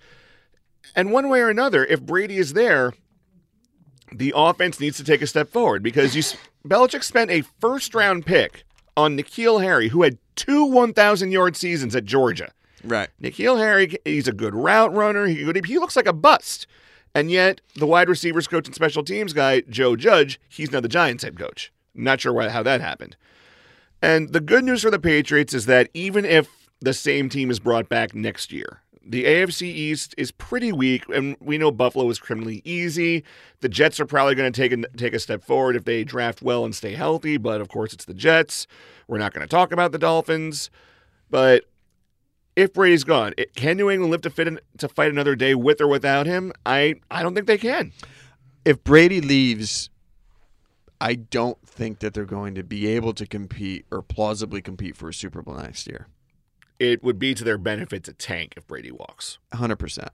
Speaker 2: And one way or another, if Brady is there, the offense needs to take a step forward because you, Belichick spent a first round pick on Nikhil Harry, who had two 1,000 yard seasons at Georgia.
Speaker 3: Right.
Speaker 2: Nikhil Harry, he's a good route runner. He, he looks like a bust. And yet, the wide receivers coach and special teams guy, Joe Judge, he's now the Giants head coach. Not sure why, how that happened. And the good news for the Patriots is that even if the same team is brought back next year, the AFC East is pretty weak, and we know Buffalo is criminally easy. The Jets are probably going to take a, take a step forward if they draft well and stay healthy, but of course it's the Jets. We're not going to talk about the Dolphins, but if Brady's gone, it, can New England live to fit in, to fight another day with or without him? I I don't think they can.
Speaker 3: if Brady leaves, I don't think that they're going to be able to compete or plausibly compete for a Super Bowl next year.
Speaker 2: It would be to their benefit to tank if Brady walks.
Speaker 3: 100%.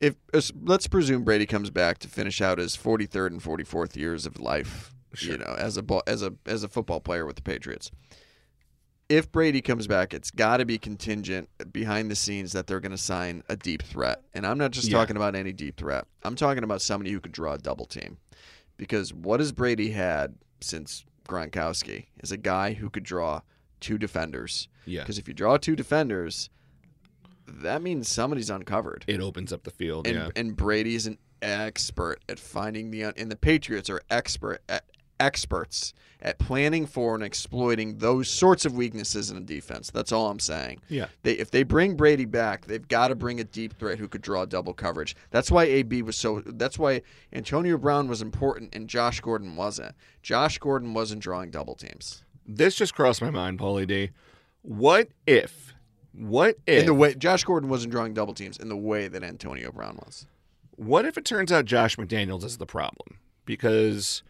Speaker 3: If let's presume Brady comes back to finish out his 43rd and 44th years of life, you know, as a ball, as a as a football player with the Patriots. If Brady comes back, it's got to be contingent behind the scenes that they're going to sign a deep threat. And I'm not just
Speaker 2: Yeah.
Speaker 3: talking about any deep threat. I'm talking about somebody who could draw a double team. Because what has Brady had since Gronkowski is a guy who could draw two defenders.
Speaker 2: Yeah,
Speaker 3: Because if you draw two defenders, that means somebody's uncovered.
Speaker 2: it opens up the field.
Speaker 3: And
Speaker 2: yeah,
Speaker 3: and Brady's an expert at finding the un- and the Patriots are expert at experts at planning for and exploiting those sorts of weaknesses in a defense. That's all I'm saying.
Speaker 2: Yeah.
Speaker 3: They, if they bring Brady back, they've got to bring a deep threat who could draw double coverage. That's why AB was so. That's why Antonio Brown was important and Josh Gordon wasn't. Josh Gordon wasn't drawing double teams.
Speaker 2: This just crossed my mind, Paulie D. What if? What if?
Speaker 3: In the way Josh Gordon wasn't drawing double teams in the way that Antonio Brown was.
Speaker 2: what if it turns out Josh McDaniels is the problem? Because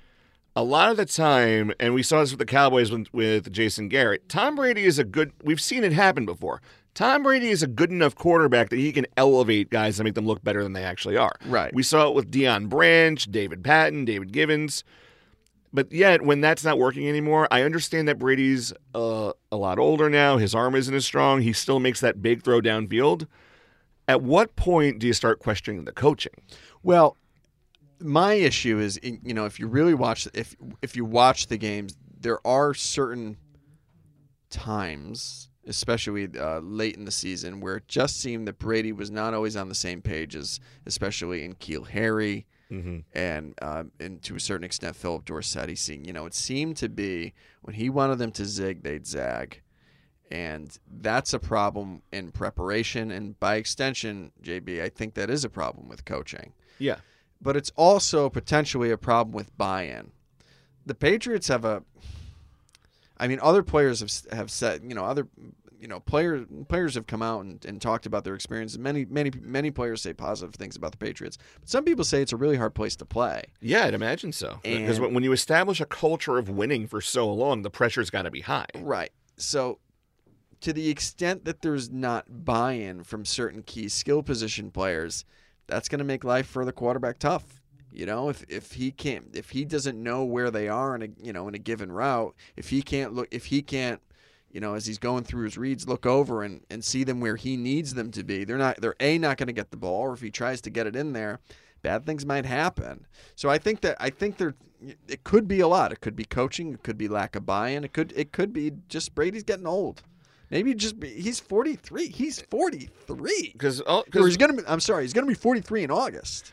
Speaker 2: a lot of the time, and we saw this with the Cowboys with, with Jason Garrett, Tom Brady is a good, we've seen it happen before. Tom Brady is a good enough quarterback that he can elevate guys and make them look better than they actually are.
Speaker 3: Right.
Speaker 2: We saw it with Deion Branch, David Patton, David Givens. But yet, when that's not working anymore, I understand that Brady's uh, a lot older now. His arm isn't as strong. He still makes that big throw downfield. At what point do you start questioning the coaching?
Speaker 3: Well, my issue is you know if you really watch if if you watch the games, there are certain times, especially uh, late in the season, where it just seemed that Brady was not always on the same page as, especially in Keel Harry and um, and to a certain extent Philip Dorsetti. Seeing you know it seemed to be when he wanted them to zig, they'd zag. And that's a problem in preparation, and by extension, JB, I think that is a problem with coaching
Speaker 2: Yeah.
Speaker 3: but it's also potentially a problem with buy-in. The Patriots have a I mean other players have s- have said, you know, other you know, players players have come out and, and talked about their experience. Many many many players say positive things about the Patriots. But some people say it's a really hard place to play.
Speaker 2: Yeah, I'd imagine so. Because
Speaker 3: And-
Speaker 2: when when you establish a culture of winning for so long, the pressure's got to be high.
Speaker 3: Right. So, to the extent that there's not buy in from certain key skill position players, that's going to make life for the quarterback tough. You know, if, if he can't, if he doesn't know where they are in a you know in a given route, if he can't look, if he can't, you know, as he's going through his reads, look over and, and see them where he needs them to be. They're not, they're a not going to get the ball, or if he tries to get it in there, bad things might happen. So I think that I think there it could be a lot. It could be coaching. It could be lack of buy-in. It could it could be just Brady's getting old. Maybe just be, he's forty three. He's forty three.
Speaker 2: Because
Speaker 3: Or he's gonna. Be, I'm sorry. He's gonna be forty three in August.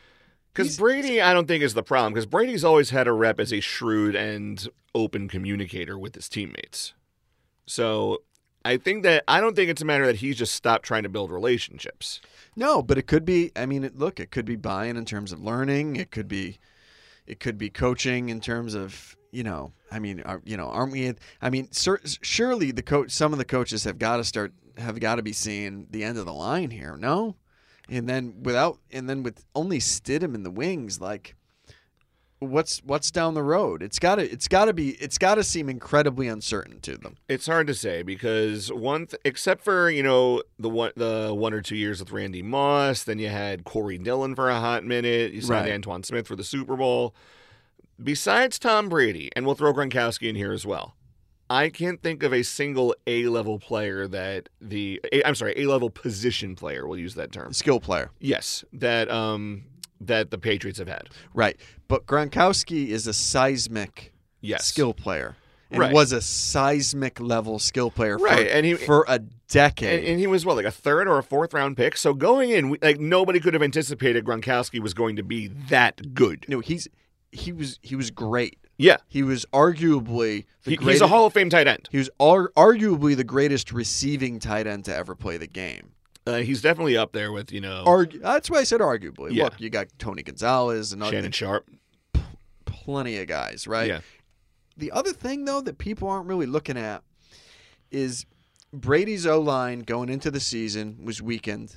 Speaker 2: because Brady, I don't think is the problem. Because Brady's always had a rep as a shrewd and open communicator with his teammates. So I think that I don't think it's a matter that he's just stopped trying to build relationships.
Speaker 3: No, but it could be. I mean, it, look, it could be buy-in in terms of learning. It could be, it could be coaching in terms of you know. I mean, are, you know, aren't we? at- I mean, cer- surely the coach, some of the coaches have got to start, have got to be seeing the end of the line here. No, and then without, and then with only Stidham in the wings, like. What's what's down the road? It's gotta it's gotta be it's gotta seem incredibly uncertain to them.
Speaker 2: It's hard to say because one, th- except for you know the one the one or two years with Randy Moss, then you had Corey Dillon for a hot minute. You signed
Speaker 3: Right.
Speaker 2: Antoine Smith for the Super Bowl. Besides Tom Brady, and we'll throw Gronkowski in here as well. I can't think of a single A level player that the A, I'm sorry A level position player. We'll use that term.
Speaker 3: Skill player.
Speaker 2: Yes, that um that the Patriots have had.
Speaker 3: Right. But Gronkowski is a seismic
Speaker 2: Yes,
Speaker 3: skill player. And
Speaker 2: Right.
Speaker 3: was a seismic level skill player for,
Speaker 2: Right, and he-
Speaker 3: for a decade.
Speaker 2: And, and he was what, like a third or a fourth round pick. So going in, we- like nobody could have anticipated Gronkowski was going to be that good.
Speaker 3: no, he's he was he was great.
Speaker 2: Yeah,
Speaker 3: He was arguably
Speaker 2: he,
Speaker 3: the
Speaker 2: he's
Speaker 3: greatest,
Speaker 2: a Hall of Fame tight end.
Speaker 3: he was ar- arguably the greatest receiving tight end to ever play the game.
Speaker 2: Uh, he's definitely up there with you know
Speaker 3: Argu- that's why I said arguably.
Speaker 2: Oh. Yeah.
Speaker 3: Look, you got Tony Gonzalez and other,
Speaker 2: Shannon Sharp.
Speaker 3: plenty of guys, right?
Speaker 2: Yeah,
Speaker 3: The other thing, though, that people aren't really looking at is Brady's O line going into the season was weakened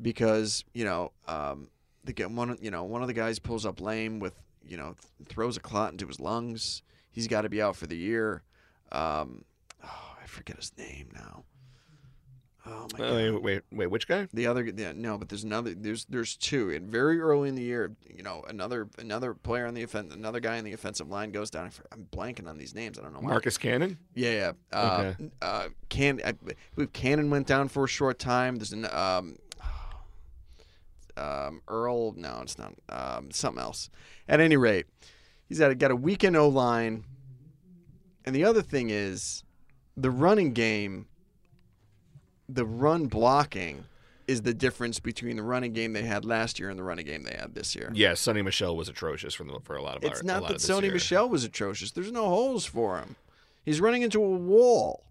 Speaker 3: because you know um, the g- one you know one of the guys pulls up lame with you know th- throws a clot into his lungs. He's got to be out for the year. Um, oh, I forget his name now. Oh my
Speaker 2: Uh,
Speaker 3: god.
Speaker 2: wait, wait, wait, which guy?
Speaker 3: The other, yeah, no, but there's another. There's there's two, and very early in the year, you know, another another player on the offense, another guy on the offensive line goes down. I'm blanking on these names. I don't know. Why.
Speaker 2: Marcus Cannon.
Speaker 3: Yeah, yeah. Uh, uh, Can I believe Cannon went down for a short time. There's an um, um, Earl. No, it's not. Um, something else. At any rate, he's got a, got a weekend O line. And the other thing is, the running game, the run blocking is the difference between the running game they had last year and the running game they had this year.
Speaker 2: Yeah, Sonny Michelle was atrocious for, the, for a lot of our-
Speaker 3: it's
Speaker 2: a
Speaker 3: not
Speaker 2: lot
Speaker 3: that
Speaker 2: of this
Speaker 3: Sony
Speaker 2: year.
Speaker 3: Michelle was atrocious. There's no holes for him. He's running into a wall.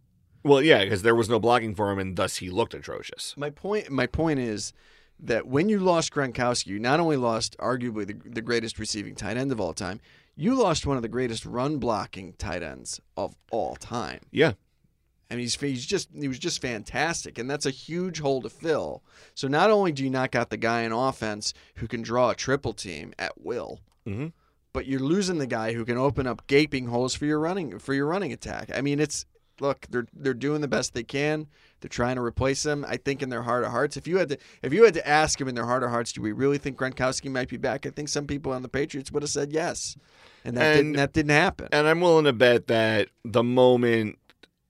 Speaker 2: Well, yeah, because there was no blocking for him, and thus he looked atrocious.
Speaker 3: My point my point is that when you lost Gronkowski, you not only lost arguably the, the greatest receiving tight end of all time, you lost one of the greatest run blocking tight ends of all time.
Speaker 2: Yeah,
Speaker 3: I mean, he's, he's just he was just fantastic, and that's a huge hole to fill. So not only do you knock out the guy in offense who can draw a triple team at will,
Speaker 2: Mhm.
Speaker 3: but you're losing the guy who can open up gaping holes for your running for your running attack. I mean, it's look they're they're doing the best they can. They're trying to replace him. I think in their heart of hearts, if you had to if you had to ask him in their heart of hearts, do we really think Gronkowski might be back? I think some people on the Patriots would have said yes, and that
Speaker 2: And-
Speaker 3: didn't that didn't happen.
Speaker 2: and I'm willing to bet that the moment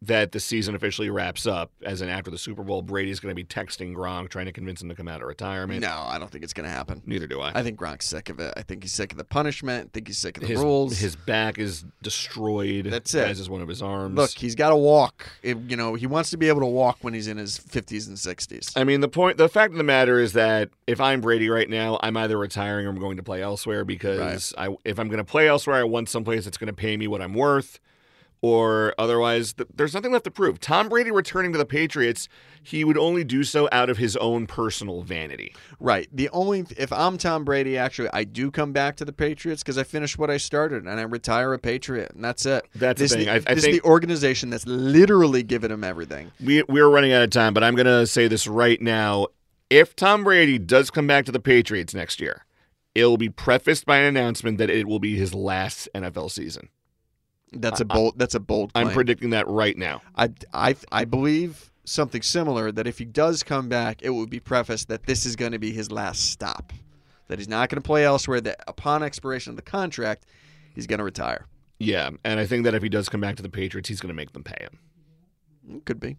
Speaker 2: that the season officially wraps up, as in after the Super Bowl, Brady's going to be texting Gronk, trying to convince him to come out of retirement.
Speaker 3: no, I don't think it's going to happen.
Speaker 2: Neither do I.
Speaker 3: I think Gronk's sick of it. I think he's sick of the punishment. I think he's sick of the
Speaker 2: his,
Speaker 3: rules.
Speaker 2: his back is destroyed.
Speaker 3: That's it.
Speaker 2: As is one of his arms.
Speaker 3: Look, he's got to walk. If- you know, he wants to be able to walk when he's in his 50s and 60s.
Speaker 2: I mean, the point, the fact of the matter is that if I'm Brady right now, I'm either retiring or I'm going to play elsewhere because I, if I'm going to play elsewhere, I want someplace that's going to pay me what I'm worth, or otherwise, th- there's nothing left to prove. Tom Brady returning to the Patriots, he would only do so out of his own personal vanity.
Speaker 3: Right. The only if I'm Tom Brady, actually, I do come back to the Patriots because I finish what I started and I retire a Patriot, and that's it.
Speaker 2: That's the
Speaker 3: this
Speaker 2: thing.
Speaker 3: Is
Speaker 2: I- I
Speaker 3: this is
Speaker 2: think-
Speaker 3: the organization that's literally given him everything.
Speaker 2: We we're running out of time, but I'm going to say this right now: if Tom Brady does come back to the Patriots next year, it'll be prefaced by an announcement that it will be his last NFL season.
Speaker 3: That's a bold. that's a bold.
Speaker 2: I'm
Speaker 3: claim.
Speaker 2: predicting that right now.
Speaker 3: I, I, I believe something similar that if he does come back, it would be prefaced that this is going to be his last stop, that he's not going to play elsewhere, that upon expiration of the contract, he's going to retire.
Speaker 2: Yeah, and I think that if he does come back to the Patriots, he's going to make them pay him.
Speaker 3: Could be.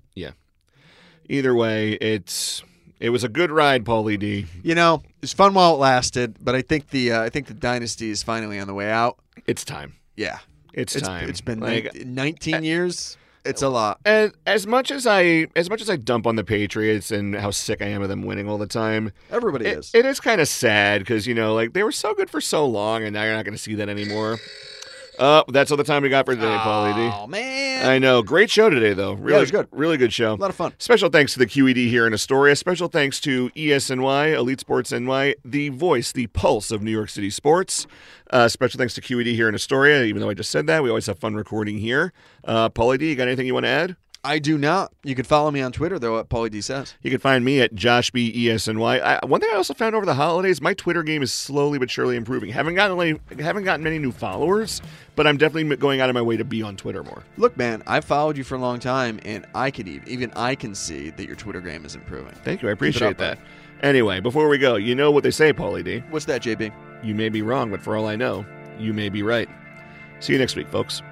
Speaker 2: Either way, it's it was a good ride, Paulie D.
Speaker 3: You know, it's fun while it lasted, but I think the uh, I think the dynasty is finally on the way out.
Speaker 2: It's time.
Speaker 3: Yeah,
Speaker 2: It's,
Speaker 3: it's
Speaker 2: time.
Speaker 3: it's been
Speaker 2: like,
Speaker 3: 19, 19 years. It's a lot.
Speaker 2: as, as much as I as much as I dump on the Patriots and how sick I am of them winning all the time.
Speaker 3: Everybody
Speaker 2: It,
Speaker 3: is.
Speaker 2: it is kind of sad because you know like they were so good for so long, and now you're not going to see that anymore. Uh, that's all the time we got for today, Paulie D.
Speaker 3: oh man,
Speaker 2: I know. Great show today, though. Really
Speaker 3: it was good.
Speaker 2: Really good show.
Speaker 3: a lot of fun.
Speaker 2: Special thanks to the QED here in Astoria. Special thanks to E ESNY, Elite Sports NY, the voice, the pulse of New York City sports. Uh, special thanks to QED here in Astoria. Even though I just said that, we always have fun recording here. Uh, Paulie D, you got anything you want to add?
Speaker 3: I do not. You can follow me on Twitter though at Paulie D says.
Speaker 2: You can find me at Josh B E ESNY. I, one thing I also found over the holidays, my Twitter game is slowly but surely improving. Haven't gotten any, haven't gotten many new followers, but I'm definitely going out of my way to be on Twitter more.
Speaker 3: Look, man, I followed you for a long time, and I could even, even I can see that your Twitter game is improving.
Speaker 2: Thank you, I
Speaker 3: it up,
Speaker 2: appreciate that. Anyway, before we go, you know what they say, Paulie D.
Speaker 3: What's that, JB?
Speaker 2: You may be wrong, but for all I know, you may be right. See you next week, folks.